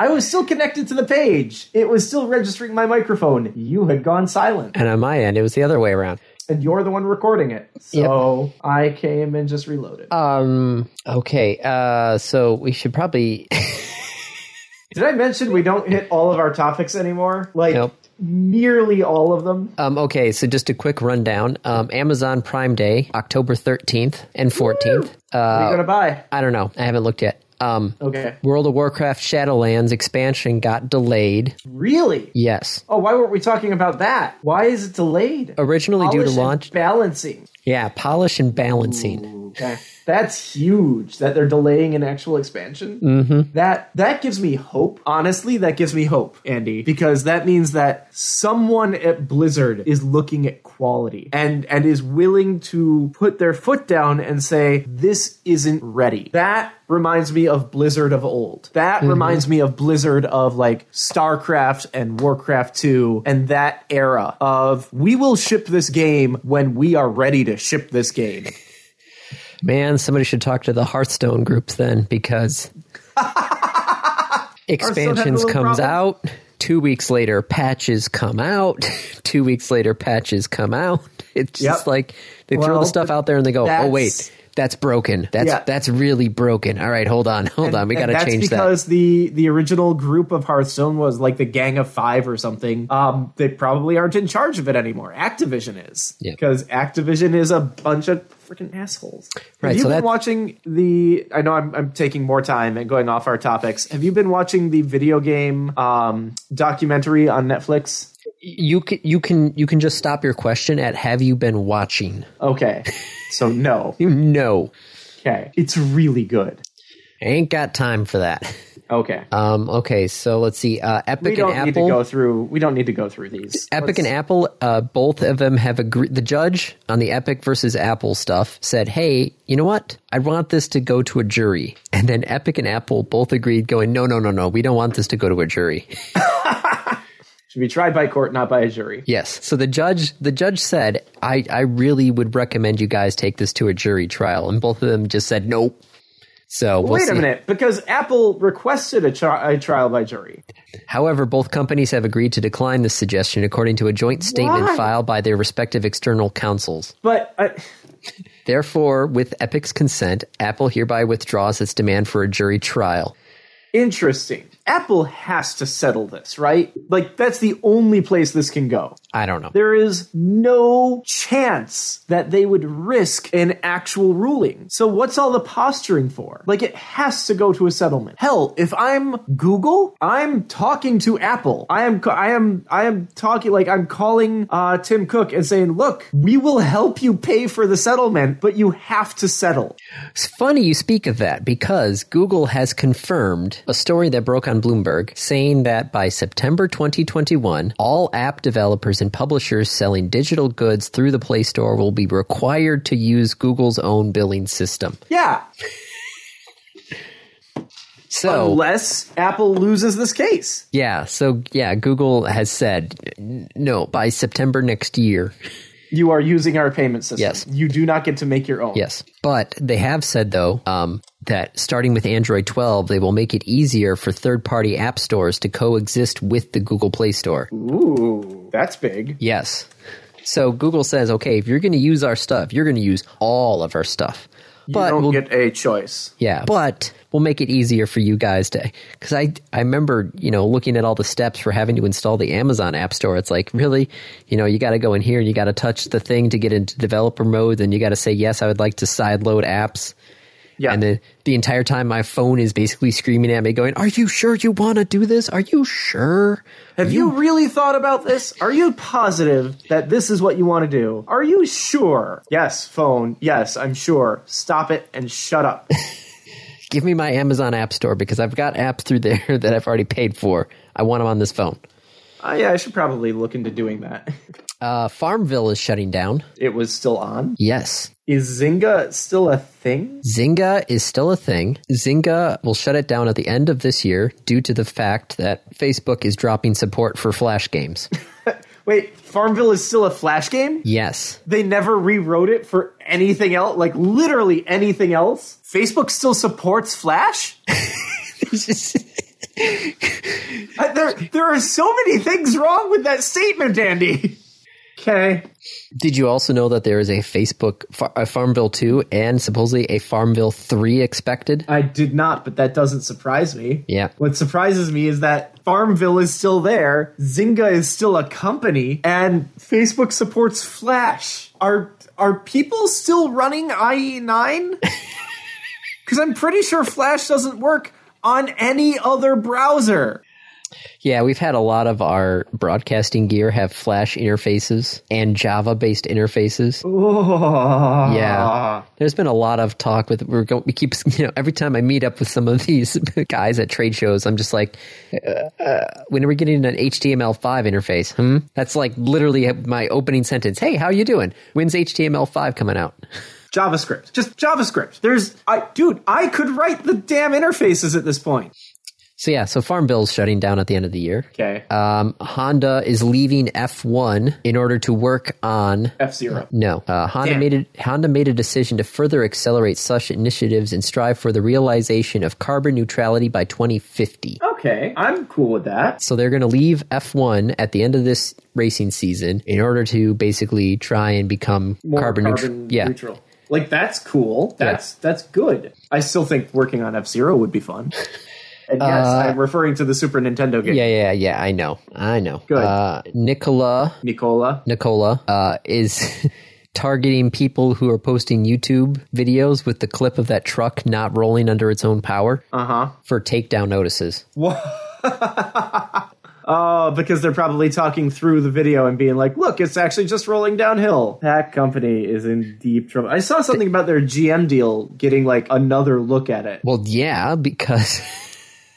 S2: I was still connected to the page. It was still registering my microphone. You had gone silent,
S1: and on my end, it was the other way around.
S2: and you're the one recording it. So I came and just reloaded.
S1: Um. Okay. Uh. So we should probably.
S2: Did I mention we don't hit all of our topics anymore? Like
S1: Nope.
S2: nearly all of them.
S1: um. Okay. So just a quick rundown. Um. Amazon Prime Day, October thirteenth and fourteenth.
S2: What are you
S1: Uh.
S2: gonna buy?
S1: I don't know. I haven't looked yet. Um.
S2: Okay.
S1: World of Warcraft Shadowlands expansion got delayed.
S2: Really?
S1: Yes.
S2: Oh, why weren't we talking about that? Why is it delayed?
S1: Originally Oh, due
S2: Polish
S1: to
S2: and
S1: launch.
S2: balancing.
S1: Yeah, polish and balancing.
S2: Okay. That's huge that they're delaying an actual expansion. Mm-hmm. That that gives me hope. Honestly, that gives me hope, Andy, because that means that someone at Blizzard is looking at quality and and is willing to put their foot down and say this isn't ready. That reminds me of Blizzard of old. That reminds me of Blizzard of like StarCraft and Warcraft 2 and that era of we will ship this game when we are ready to ship this game.
S1: Man, somebody should talk to the Hearthstone groups then because expansions
S2: little
S1: comes
S2: problem.
S1: out. Two weeks later, patches come out. Two weeks later, patches come out. It's
S2: Yep.
S1: just like they throw
S2: Well,
S1: the stuff out there and they go, "Oh
S2: that's-
S1: wait, that's broken. That's
S2: Yeah.
S1: that's really broken." All right, hold on, hold on. We got
S2: And
S1: to
S2: that's
S1: change that.
S2: because the the original group of Hearthstone was like the Gang of Five or something. Um, they probably aren't in charge of it anymore. Activision is
S1: Yeah.
S2: because Activision is a bunch of freaking assholes.
S1: Right,
S2: Have you
S1: so
S2: been
S1: that-
S2: watching the? I know I'm, I'm taking more time and going off our topics. Have you been watching the video game um, documentary on Netflix?
S1: You can you can you can just stop your question at "Have you been watching?"
S2: Okay, so no.
S1: You know,
S2: Okay, it's really good.
S1: I ain't got time for that.
S2: Okay.
S1: Um, okay, so let's see. Uh, Epic
S2: we don't
S1: and
S2: need
S1: Apple.
S2: to go through. We don't need to go through these.
S1: Epic
S2: Let's-
S1: and Apple, uh, both of them have agreed. The judge on the Epic versus Apple stuff said, "Hey, you know what? I want this to go to a jury." And then Epic and Apple both agreed, going, "No, no, no, no. We don't want this to go to a jury."
S2: should be tried by court, not by a jury.
S1: yes. So the judge, the judge said, "I, I really would recommend you guys take this to a jury trial." And both of them just said, "Nope." So we'll
S2: Wait
S1: see.
S2: a minute, because Apple requested a, tri- a trial by jury.
S1: However, both companies have agreed to decline this suggestion, according to a joint statement
S2: Why?
S1: filed by their respective external counsels.
S2: But uh,
S1: Therefore, with Epic's consent, Apple hereby withdraws its demand for a jury trial.
S2: interesting. Apple has to settle this, right? Like that's the only place this can go.
S1: I don't know.
S2: There is no chance that they would risk an actual ruling. So what's all the posturing for? Like it has to go to a settlement. Hell, if I'm Google, I'm talking to Apple. I am I am I am talking like I'm calling uh, Tim Cook and saying, "Look, we will help you pay for the settlement, but you have to settle."
S1: It's funny you speak of that because Google has confirmed a story that broke on Bloomberg saying that by September 2021, all app developers and publishers selling digital goods through the Play Store will be required to use Google's own billing system.
S2: Yeah,
S1: So,
S2: unless Apple loses this case.
S1: yeah, so yeah, Google has said "N- no, by September next year.
S2: You are using our payment system.
S1: Yes.
S2: You do not get to make your own.
S1: Yes. But they have said, though, um, that starting with Android 12, they will make it easier for third party app stores to coexist with the Google Play Store.
S2: Ooh, that's big.
S1: Yes. So Google says, okay, if you're going to use our stuff, you're going to use all of our stuff.
S2: you
S1: But
S2: don't
S1: we'll,
S2: get a choice.
S1: yeah, but we'll make it easier for you guys to because I I remember you know looking at all the steps for having to install the Amazon App Store. It's like really, you know, you got to go in here and you got to touch the thing to get into developer mode. Then you got to say yes, I would like to sideload apps.
S2: Yeah.
S1: And then the entire time, my phone is basically screaming at me, going, Are you sure you want to do this? Are you sure?
S2: Have you really thought about this? Are you positive that this is what you want to do? Are you sure? Yes, phone. Yes, I'm sure. Stop it and shut up.
S1: Give me my Amazon App Store because I've got apps through there that I've already paid for. I want them on this phone.
S2: uh, yeah, I should probably look into doing that.
S1: Uh, Farmville is shutting down.
S2: It was still on.
S1: Yes.
S2: Is Zynga still a thing?
S1: Zynga is still a thing. Zynga will shut it down at the end of this year due to the fact that Facebook is dropping support for Flash games.
S2: Wait, Farmville is still a Flash game?
S1: yes.
S2: They never rewrote it for anything else, like literally anything else. Facebook still supports Flash? Uh, there, there are so many things wrong with that statement, Andy. Okay.
S1: Did you also know that there is a Facebook Far- a Farmville 2 and supposedly a Farmville 3 expected?
S2: I did not, but that doesn't surprise me.
S1: Yeah.
S2: What surprises me is that Farmville is still there, Zynga is still a company, and Facebook supports Flash. Are are people still running E IE9? Cuz I'm pretty sure Flash doesn't work on any other browser.
S1: Yeah, we've had a lot of our broadcasting gear have Flash interfaces and Java based interfaces.
S2: Oh,
S1: Yeah. There's been a lot of talk with we're going. We keep you know every time I meet up with some of these guys at trade shows, I'm just like, uh, uh, when are we getting an HTML5 interface? Hmm. That's like literally my opening sentence. Hey, how you doing? When's HTML5 coming out?
S2: JavaScript. Just JavaScript. There's, I, dude, I could write the damn interfaces at this point.
S1: So yeah, so Farm Bill's shutting down at the end of the year.
S2: Okay.
S1: Um, Honda is leaving F1 in order to work on
S2: F zero.
S1: No, uh, Honda
S2: Damn.
S1: made a, Honda made a decision to further accelerate such initiatives and strive for the realization of carbon neutrality by 2050.
S2: Okay, I'm cool with that.
S1: So they're going to leave F1 at the end of this racing season in order to basically try and become
S2: More
S1: carbon, neutr- Yeah,
S2: neutral. Like that's cool. That's that's good. I still think working on F zero would be fun. And yes, I'm referring to the Super Nintendo game.
S1: Uh, yeah, yeah, yeah. I know, I know.
S2: Good.
S1: Uh, Nicola
S2: Nicola.
S1: Nicola uh, is targeting people who are posting YouTube videos with the clip of that truck not rolling under its own power
S2: Uh huh.
S1: for takedown notices.
S2: Oh, because they're probably talking through the video and being like, "Look, it's actually just rolling downhill." That company is in deep trouble. I saw something about their GM deal getting like another look at it.
S1: Well, yeah, because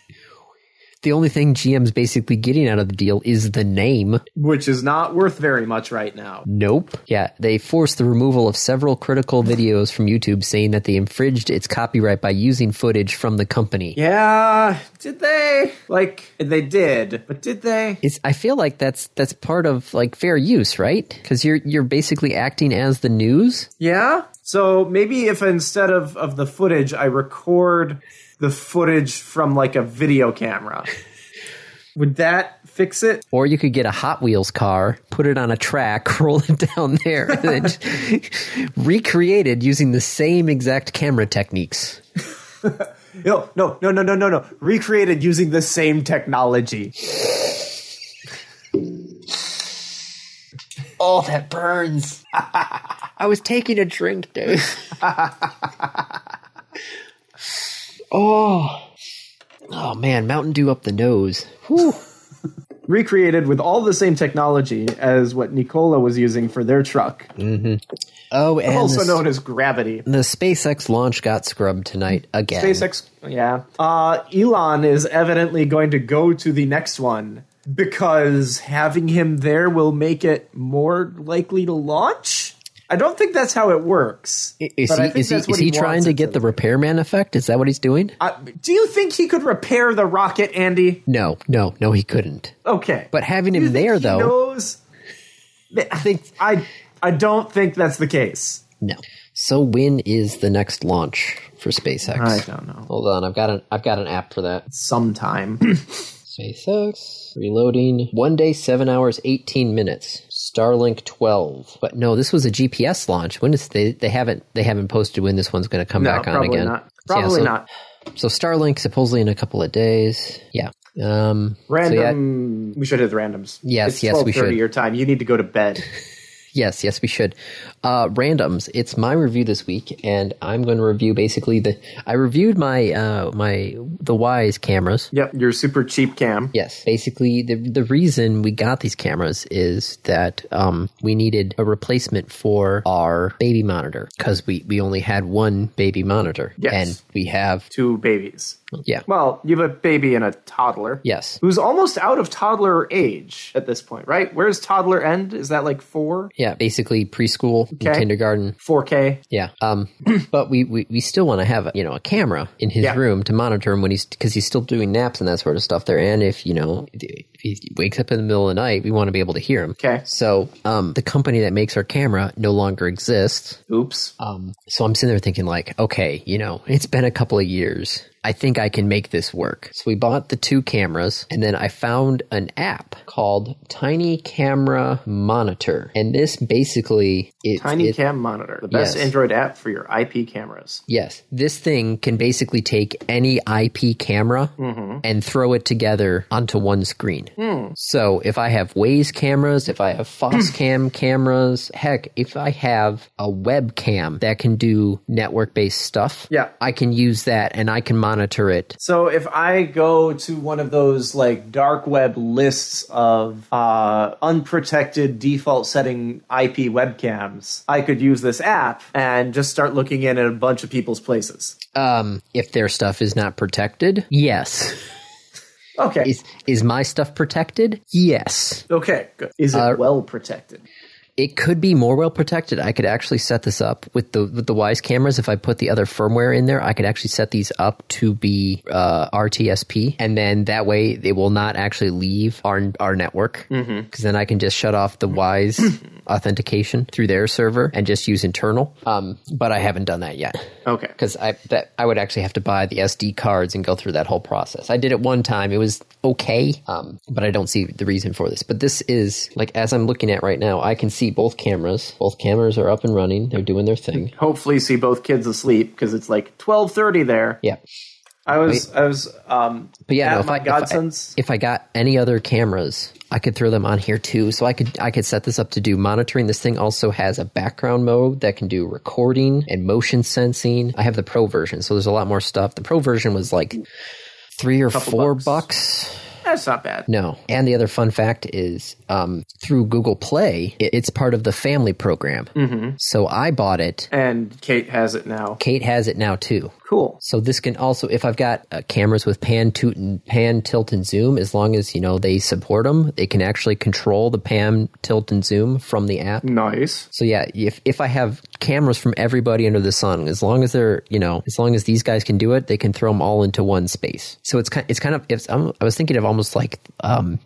S1: the only thing GM's basically getting out of the deal is the name.
S2: which is not worth very much right now.
S1: Nope. Yeah, they forced the removal of several critical videos from YouTube saying that they infringed its copyright by using footage from the company.
S2: Yeah, did they? Like they did, but did they?
S1: It's, I feel like that's that's part of like fair use, right? Because you're you're basically acting as the news.
S2: Yeah. So maybe if instead of of the footage, I record the footage from like a video camera, would that fix it?
S1: Or you could get a Hot Wheels car, put it on a track, roll it down there, and then recreated using the same exact camera techniques.
S2: No, no, no, no, no, no, no. Recreated using the same technology.
S1: Oh, that burns. I was taking a drink, dude. oh. Oh, man. Mountain Dew up the nose. Whew.
S2: Recreated with all the same technology as what Nicola was using for their truck,
S1: Oh, and
S2: also
S1: the,
S2: known as gravity.
S1: the SpaceX launch got scrubbed tonight again.
S2: SpaceX, yeah. Uh, Elon is evidently going to go to the next one because having him there will make it more likely to launch. I don't think that's how it works.
S1: I- Is
S2: but I
S1: he,
S2: think
S1: is he,
S2: that's what
S1: is he trying
S2: wants
S1: to
S2: it
S1: get the repairman effect? Is that what he's doing?
S2: Uh, do you think he could repair the rocket, Andy?
S1: No, no, no, he couldn't.
S2: Okay,
S1: But having
S2: Do you
S1: him
S2: think
S1: there,
S2: he
S1: though,
S2: knows.
S1: I think
S2: I I don't think that's the case.
S1: no. So when is the next launch for SpaceX?
S2: I don't know.
S1: Hold on, I've got an I've got an app for that.
S2: Sometime.
S1: SpaceX reloading. One day, seven hours, eighteen minutes. Starlink twelve. But no, this was a GPS launch. When is they they haven't they haven't posted when this one's going to come
S2: no,
S1: back on
S2: probably
S1: again?
S2: not.
S1: So, yeah,
S2: Probably
S1: so-
S2: not.
S1: So Starlink supposedly in a couple of days. Yeah. Um. so yeah-
S2: Random. we should hit the randoms.
S1: Yes,
S2: it's
S1: yes, we should.
S2: Your time. You need to go to bed.
S1: Yes, yes, we should. Uh, randoms. It's my review this week, and I'm going to review basically the. I reviewed my uh, my the Wise cameras.
S2: Yep, your super cheap cam.
S1: Yes, basically the the reason we got these cameras is that um, we needed a replacement for our baby monitor because we we only had one baby monitor.
S2: Yes.
S1: and we have
S2: Two babies.
S1: yeah
S2: Well, you have a baby and a toddler.
S1: yes
S2: Who's almost out of toddler age at this point, right? Where's toddler end? Is that like four?
S1: yeah basically preschool and
S2: Okay.
S1: kindergarten
S2: 4K?
S1: Yeah. Um, but we, we, we still want to have, you know, a camera in his
S2: Yeah.
S1: room to monitor him when he's, cause he's still doing naps and that sort of stuff there. And if, you know, if he wakes up in the middle of the night, we want to be able to hear him.
S2: Okay.
S1: So, um, the company that makes our camera no longer exists.
S2: Oops.
S1: Um, so I'm sitting there thinking, like, okay, you know, it's been a couple of years. I think I can make this work. So we bought the two cameras, and then I found an app called Tiny Camera Monitor, and this basically it,
S2: Tiny
S1: it-
S2: Cam Monitor, the best
S1: Yes.
S2: Android app for your IP cameras.
S1: Yes, this thing can basically take any IP camera and throw it together onto one screen. need. So if I have Waze cameras, if I have Foxcam cameras, heck, if I have a webcam that can do network based stuff,
S2: Yeah.
S1: I can use that and I can monitor it.
S2: So if I go to one of those like dark web lists of uh, unprotected default setting IP webcams, I could use this app and just start looking in at a bunch of people's places.
S1: Um, if their stuff is not protected, yes.
S2: Okay.
S1: Is is my stuff protected? Yes.
S2: okay. Good. Uh, Is it well protected?
S1: It could be more well protected. I could actually set this up with the with the Wise cameras. If I put the other firmware in there, I could actually set these up to be uh, RTSP, and then that way they will not actually leave our our network. Because then I can just shut off the Wise authentication through their server and just use internal. Um, but I haven't done that yet
S2: Okay.
S1: because I that I would actually have to buy the SD cards and go through that whole process. I did it one time; it was okay, um, but I don't see the reason for this. But this is like as I'm looking at right now, I can see both cameras. Both cameras are up and running; they're doing their thing.
S2: Hopefully, see both kids asleep because it's like twelve thirty there.
S1: Yeah,
S2: I was, I was, um,
S1: but yeah,
S2: at
S1: no, if,
S2: my
S1: I, if I-
S2: godson's.
S1: if I got any other cameras, I could throw them on here too. So I could I could set this up to do monitoring. This thing also has a background mode that can do recording and motion sensing. I have the pro version, so there's a lot more stuff. The pro version was like three or four
S2: bucks.
S1: bucks.
S2: That's not bad.
S1: No. And the other fun fact is um, through Google Play, it- it's part of the family program. Mm-hmm. So I bought it.
S2: And Kate has it now.
S1: Kate has it now too.
S2: Cool.
S1: So this can also, if I've got uh, cameras with pan, toot, and pan, tilt, and zoom, as long as you know they support them, they can actually control the pan, tilt, and zoom from the app.
S2: Nice.
S1: So yeah, if if I have cameras from everybody under the sun, as long as they're you know, as long as these guys can do it, they can throw them all into one space. So it's kind it's kind of it's, I'm, I was thinking of almost like um,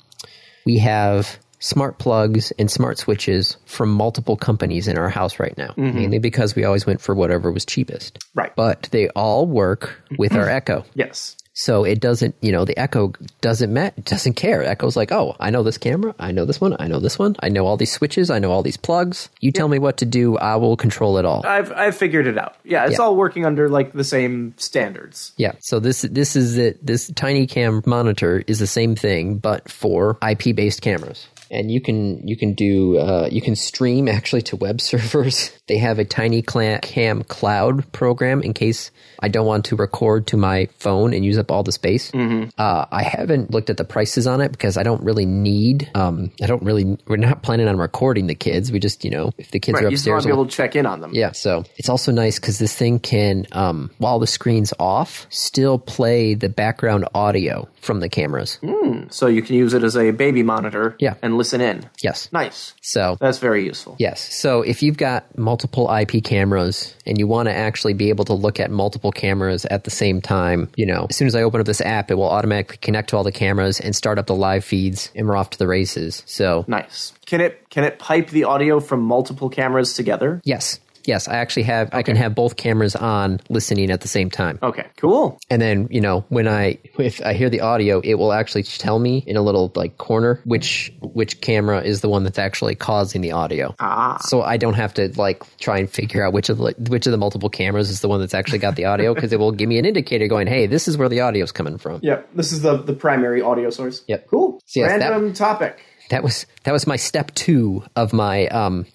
S1: we have smart plugs and smart switches from multiple companies in our house right now, mainly because we always went for whatever was cheapest.
S2: Right.
S1: But they all work with our Echo.
S2: Yes.
S1: So it doesn't, you know, the Echo doesn't mat doesn't care. Echo's like, oh, I know this camera, I know this one, I know this one, I know all these switches, I know all these plugs. You tell me what to do, I will control it all.
S2: I've I've figured it out. Yeah, it's
S1: Yeah.
S2: all working under like the same standards.
S1: yeah. So this this is it. This tiny cam monitor is the same thing, but for IP based cameras. And you can you can do uh, you can stream actually to web servers. They have a tiny cla- cam cloud program in case I don't want to record to my phone and use up all the space.
S2: Mm-hmm.
S1: Uh, I haven't looked at the prices on it because I don't really need. Um, I don't really. We're not planning on recording the kids. We just you know if the kids
S2: Right.
S1: are
S2: You just want
S1: upstairs,
S2: to be able to check in on them.
S1: yeah, so it's also nice because this thing can, um, while the screen's off, still play the background audio from the cameras.
S2: Mm. So you can use it as a baby monitor.
S1: Yeah.
S2: And listen in.
S1: Yes.
S2: Nice.
S1: So,
S2: That's very useful.
S1: yes. So, if you've got multiple IP cameras and you want to actually be able to look at multiple cameras at the same time, you know, as soon as I open up this app, it will automatically connect to all the cameras and start up the live feeds, and we're off to the races. So,
S2: Nice. Can it can it pipe the audio from multiple cameras together?
S1: yes. Yes, I actually have, I can have both cameras on listening at the same time.
S2: Okay. Cool.
S1: and then you know when i if i hear the audio it will actually tell me in a little like corner which which camera is the one that's actually causing the audio ah. so i don't have to like try and figure out which of the which of the multiple cameras is the one that's actually got the audio because it will give me an indicator going hey this is where the audio's coming from
S2: Yep. This is the the primary audio source.
S1: Yep.
S2: Cool.
S1: So yes, that-
S2: Random topic.
S1: that was that was my step two of my um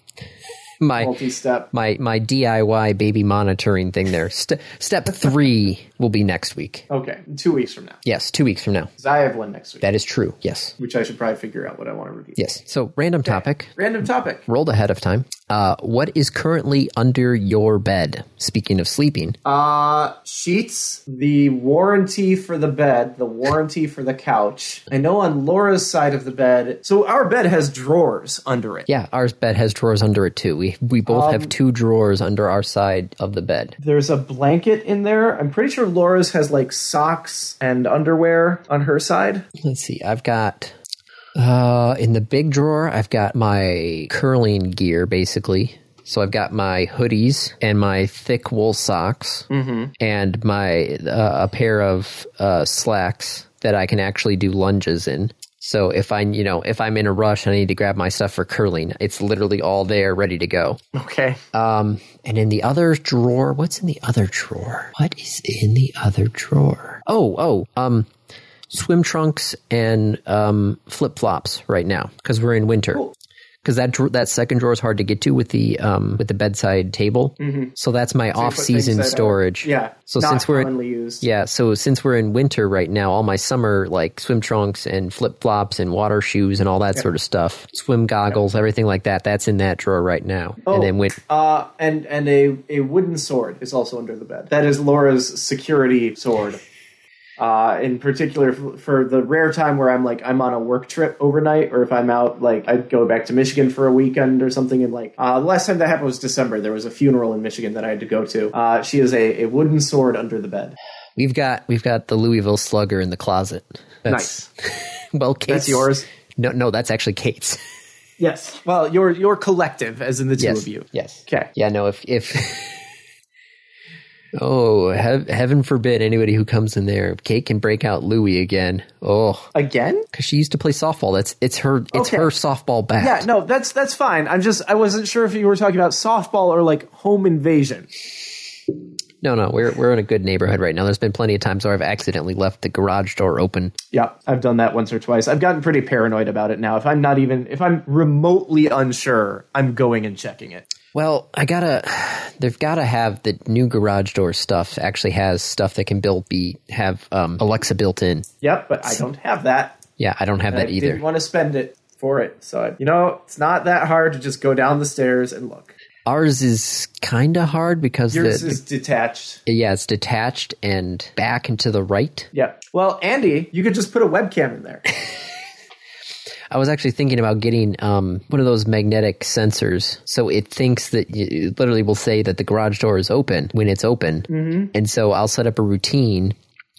S1: my
S2: Multi-step.
S1: my my diy baby monitoring thing there Ste step three will be next week
S2: Okay. Two weeks from now.
S1: yes two weeks from now
S2: 'Cause I have one next week,
S1: that is true yes
S2: which I should probably figure out what I want to review.
S1: yes so random topic
S2: Random topic.
S1: rolled ahead of time. Uh, what is currently under your bed? Speaking of sleeping,
S2: Uh, sheets, the warranty for the bed, the warranty for the couch. I know on Laura's side of the bed, so our bed has drawers under it.
S1: yeah, our bed has drawers under it too. We we both have two drawers under our side of the bed.
S2: There's a blanket in there. I'm pretty sure Laura's has like socks and underwear on her side.
S1: Let's see, I've got. Uh, in the big drawer, I've got my curling gear basically. So I've got my hoodies and my thick wool socks and my uh, a pair of uh, slacks that I can actually do lunges in. So if I, you know, if I'm in a rush and I need to grab my stuff for curling, it's literally all there ready to go.
S2: Okay.
S1: Um, and in the other drawer, what's in the other drawer? What is in the other drawer? Oh, oh, um, swim trunks and um, flip flops right now because we're in winter. Because that dr- that second drawer is hard to get to with the um, with the bedside table.
S2: Mm-hmm.
S1: So that's my off season
S2: that are-
S1: storage.
S2: Yeah.
S1: So
S2: not
S1: since we're
S2: commonly used.
S1: yeah, so since we're in winter right now, all my summer like swim trunks and flip flops and water shoes and all that sort of stuff, swim goggles, everything like that, that's in that drawer right now. And then went
S2: Uh, and and a, a wooden sword is also under the bed. That is Laura's security sword. Uh, in particular, f- for the rare time where I'm like I'm on a work trip overnight, or if I'm out like I go back to Michigan for a weekend or something, and like uh, the last time that happened was December. There was a funeral in Michigan that I had to go to. Uh, she has a, a wooden sword under the bed.
S1: we've got we've got the Louisville Slugger in the closet. That's,
S2: nice.
S1: Well, Kate's
S2: That's yours.
S1: No, no, that's actually Kate's.
S2: Yes. Well, your your collective, as in the two
S1: yes,
S2: of you.
S1: yes.
S2: Okay.
S1: Yeah, no. If if oh, hev- heaven forbid anybody who comes in there, if Kate can break out Louie again. Oh,
S2: Again?
S1: because she used to play softball. That's it's her it's
S2: Okay.
S1: her softball bat.
S2: Yeah, no, that's that's fine. I'm just I wasn't sure if you were talking about softball or like home invasion.
S1: No, no, we're we're in a good neighborhood right now. There's been plenty of times where I've accidentally left the garage door open.
S2: Yeah, I've done that once or twice. I've gotten pretty paranoid about it now. If I'm not even if I'm remotely unsure, I'm going and checking it.
S1: Well, I gotta, they've gotta have the new garage door stuff. Actually, has stuff that can build be have um, Alexa built in.
S2: Yep, but I don't have that.
S1: Yeah, I don't have that
S2: I
S1: either.
S2: didn't want to spend it for it. So I, you know, it's not that hard to just go down the stairs and look.
S1: Ours is kind of hard because the,
S2: Yours is detached.
S1: the- yeah, it's detached and back and to the right.
S2: Yep. Well, Andy, you could just put a webcam in there.
S1: I was actually thinking about getting um, one of those magnetic sensors, so it thinks that you, it literally will say that the garage door is open when it's open, and so I'll set up a routine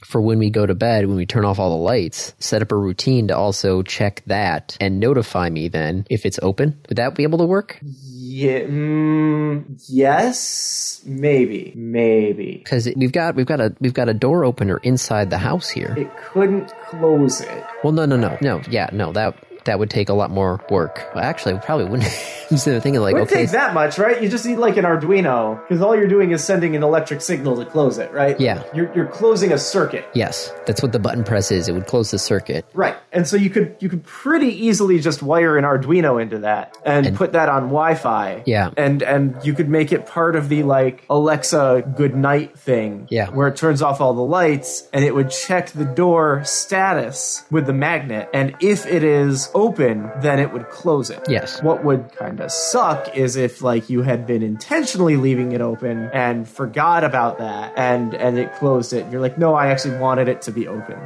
S1: for when we go to bed, when we turn off all the lights, set up a routine to also check that and notify me then if it's open. Would that be able to work?
S2: yeah. Mm, yes. Maybe. Maybe.
S1: Because we've got we've got a we've got a door opener inside the house here.
S2: It couldn't close it.
S1: Well, no, no, no, no. Yeah, no. That that would take a lot more work. Well, actually, it probably wouldn't. I'm sitting there thinking like,
S2: Wouldn't
S1: okay,
S2: take that much, right? You just need like an Arduino because all you're doing is sending an electric signal to close it, right?
S1: Yeah.
S2: you're, you're closing a circuit,
S1: yes, that's what the button press is. It would close the circuit.
S2: right? And so you could you could pretty easily just wire an Arduino into that and, put that on Wi-Fi.
S1: Yeah.
S2: and and you could make it part of the like Alexa good night thing.
S1: Yeah.
S2: where it turns off all the lights and it would check the door status with the magnet, and if it is open, then it would close it.
S1: Yes.
S2: What would kind of suck is if like you had been intentionally leaving it open and forgot about that and and it closed it. And you're like, "No, I actually wanted it to be open."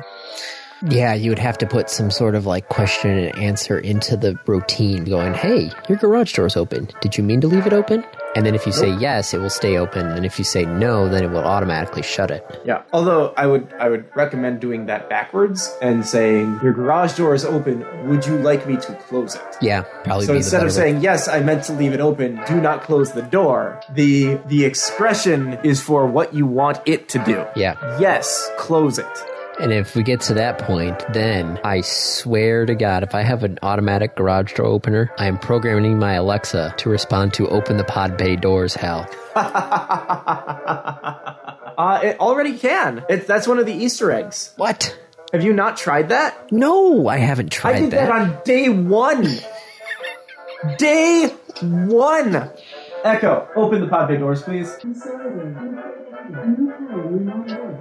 S1: Yeah, you would have to put some sort of like question and answer into the routine, going, "Hey, your garage door's open. Did you mean to leave it open?" And then if you say yes, it will stay open. And if you say no, then it will automatically shut it.
S2: Yeah. Although I would I would recommend doing that backwards and saying, "Your garage door is open. Would you like me to close it?"
S1: Yeah, probably.
S2: So
S1: be
S2: instead
S1: the
S2: of
S1: better way.
S2: saying yes, I meant to leave it open. Do not close the door. The the expression is for what you want it to do.
S1: yeah,
S2: Yes, close it.
S1: and if we get to that point, then I swear to God, if I have an automatic garage door opener, I am programming my Alexa to respond to "Open the pod bay doors, Hal."
S2: Uh, it already can. It, that's one of the Easter eggs.
S1: What?
S2: Have you not tried that?
S1: No, I haven't
S2: I
S1: tried
S2: did that on day one. day one. Echo, open the pod bay doors, please.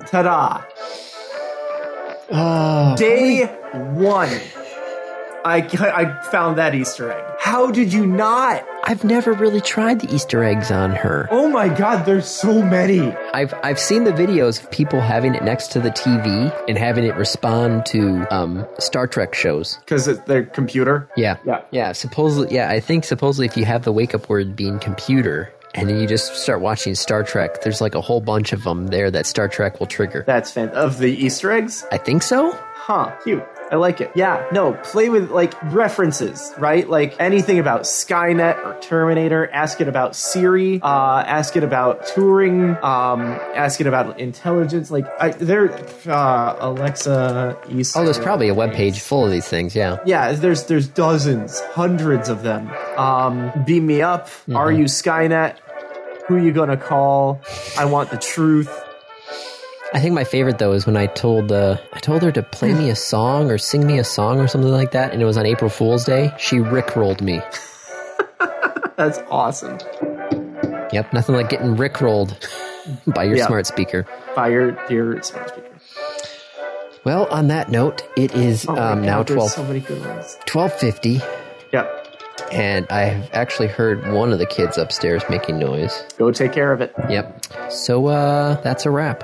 S2: Ta-da!
S1: oh,
S2: Day one. I, I found that Easter egg. How did you not?
S1: I've never really tried the Easter eggs on her.
S2: Oh my god, there's so many.
S1: I've I've seen the videos of people having it next to the TV and having it respond to um, Star Trek shows.
S2: Because it's their computer.
S1: Yeah,
S2: Yeah.
S1: yeah. Supposedly, yeah. I think supposedly if you have the wake up word being computer and then you just start watching Star Trek, there's like a whole bunch of them there that Star Trek will trigger.
S2: That's fan of the Easter eggs.
S1: I think so.
S2: Huh, cute. I like it. Yeah, no, play with like references, right? Like anything about Skynet or Terminator, ask it about Siri, uh, ask it about Turing, um, ask it about intelligence. Like, I, there, uh, Alexa, Easter.
S1: Oh, there's probably a web page full of these things. Yeah.
S2: Yeah, there's there's dozens, hundreds of them. Um, beam me up. Are
S1: Mm-hmm.
S2: you Skynet? Who you gonna call? I want the truth.
S1: I think my favorite though is when I told uh, I told her to play me a song or sing me a song or something like that, and it was on April Fool's Day. She rickrolled me.
S2: That's awesome.
S1: Yep, nothing like getting rickrolled by your
S2: Yeah.
S1: smart speaker.
S2: By your, your smart speaker.
S1: Well, on that note, it is
S2: Oh my
S1: um,
S2: God,
S1: now
S2: there's
S1: 12,
S2: So many good ones.
S1: 1250,
S2: Yep.
S1: and I've actually heard one of the kids upstairs making noise.
S2: Go take care of it.
S1: Yep. So uh, that's a wrap.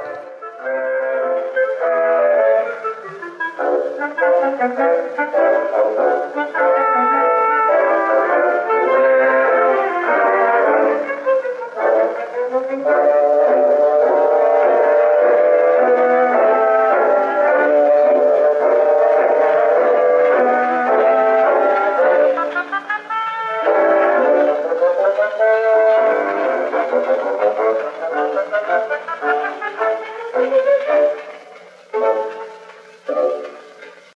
S3: Thank you.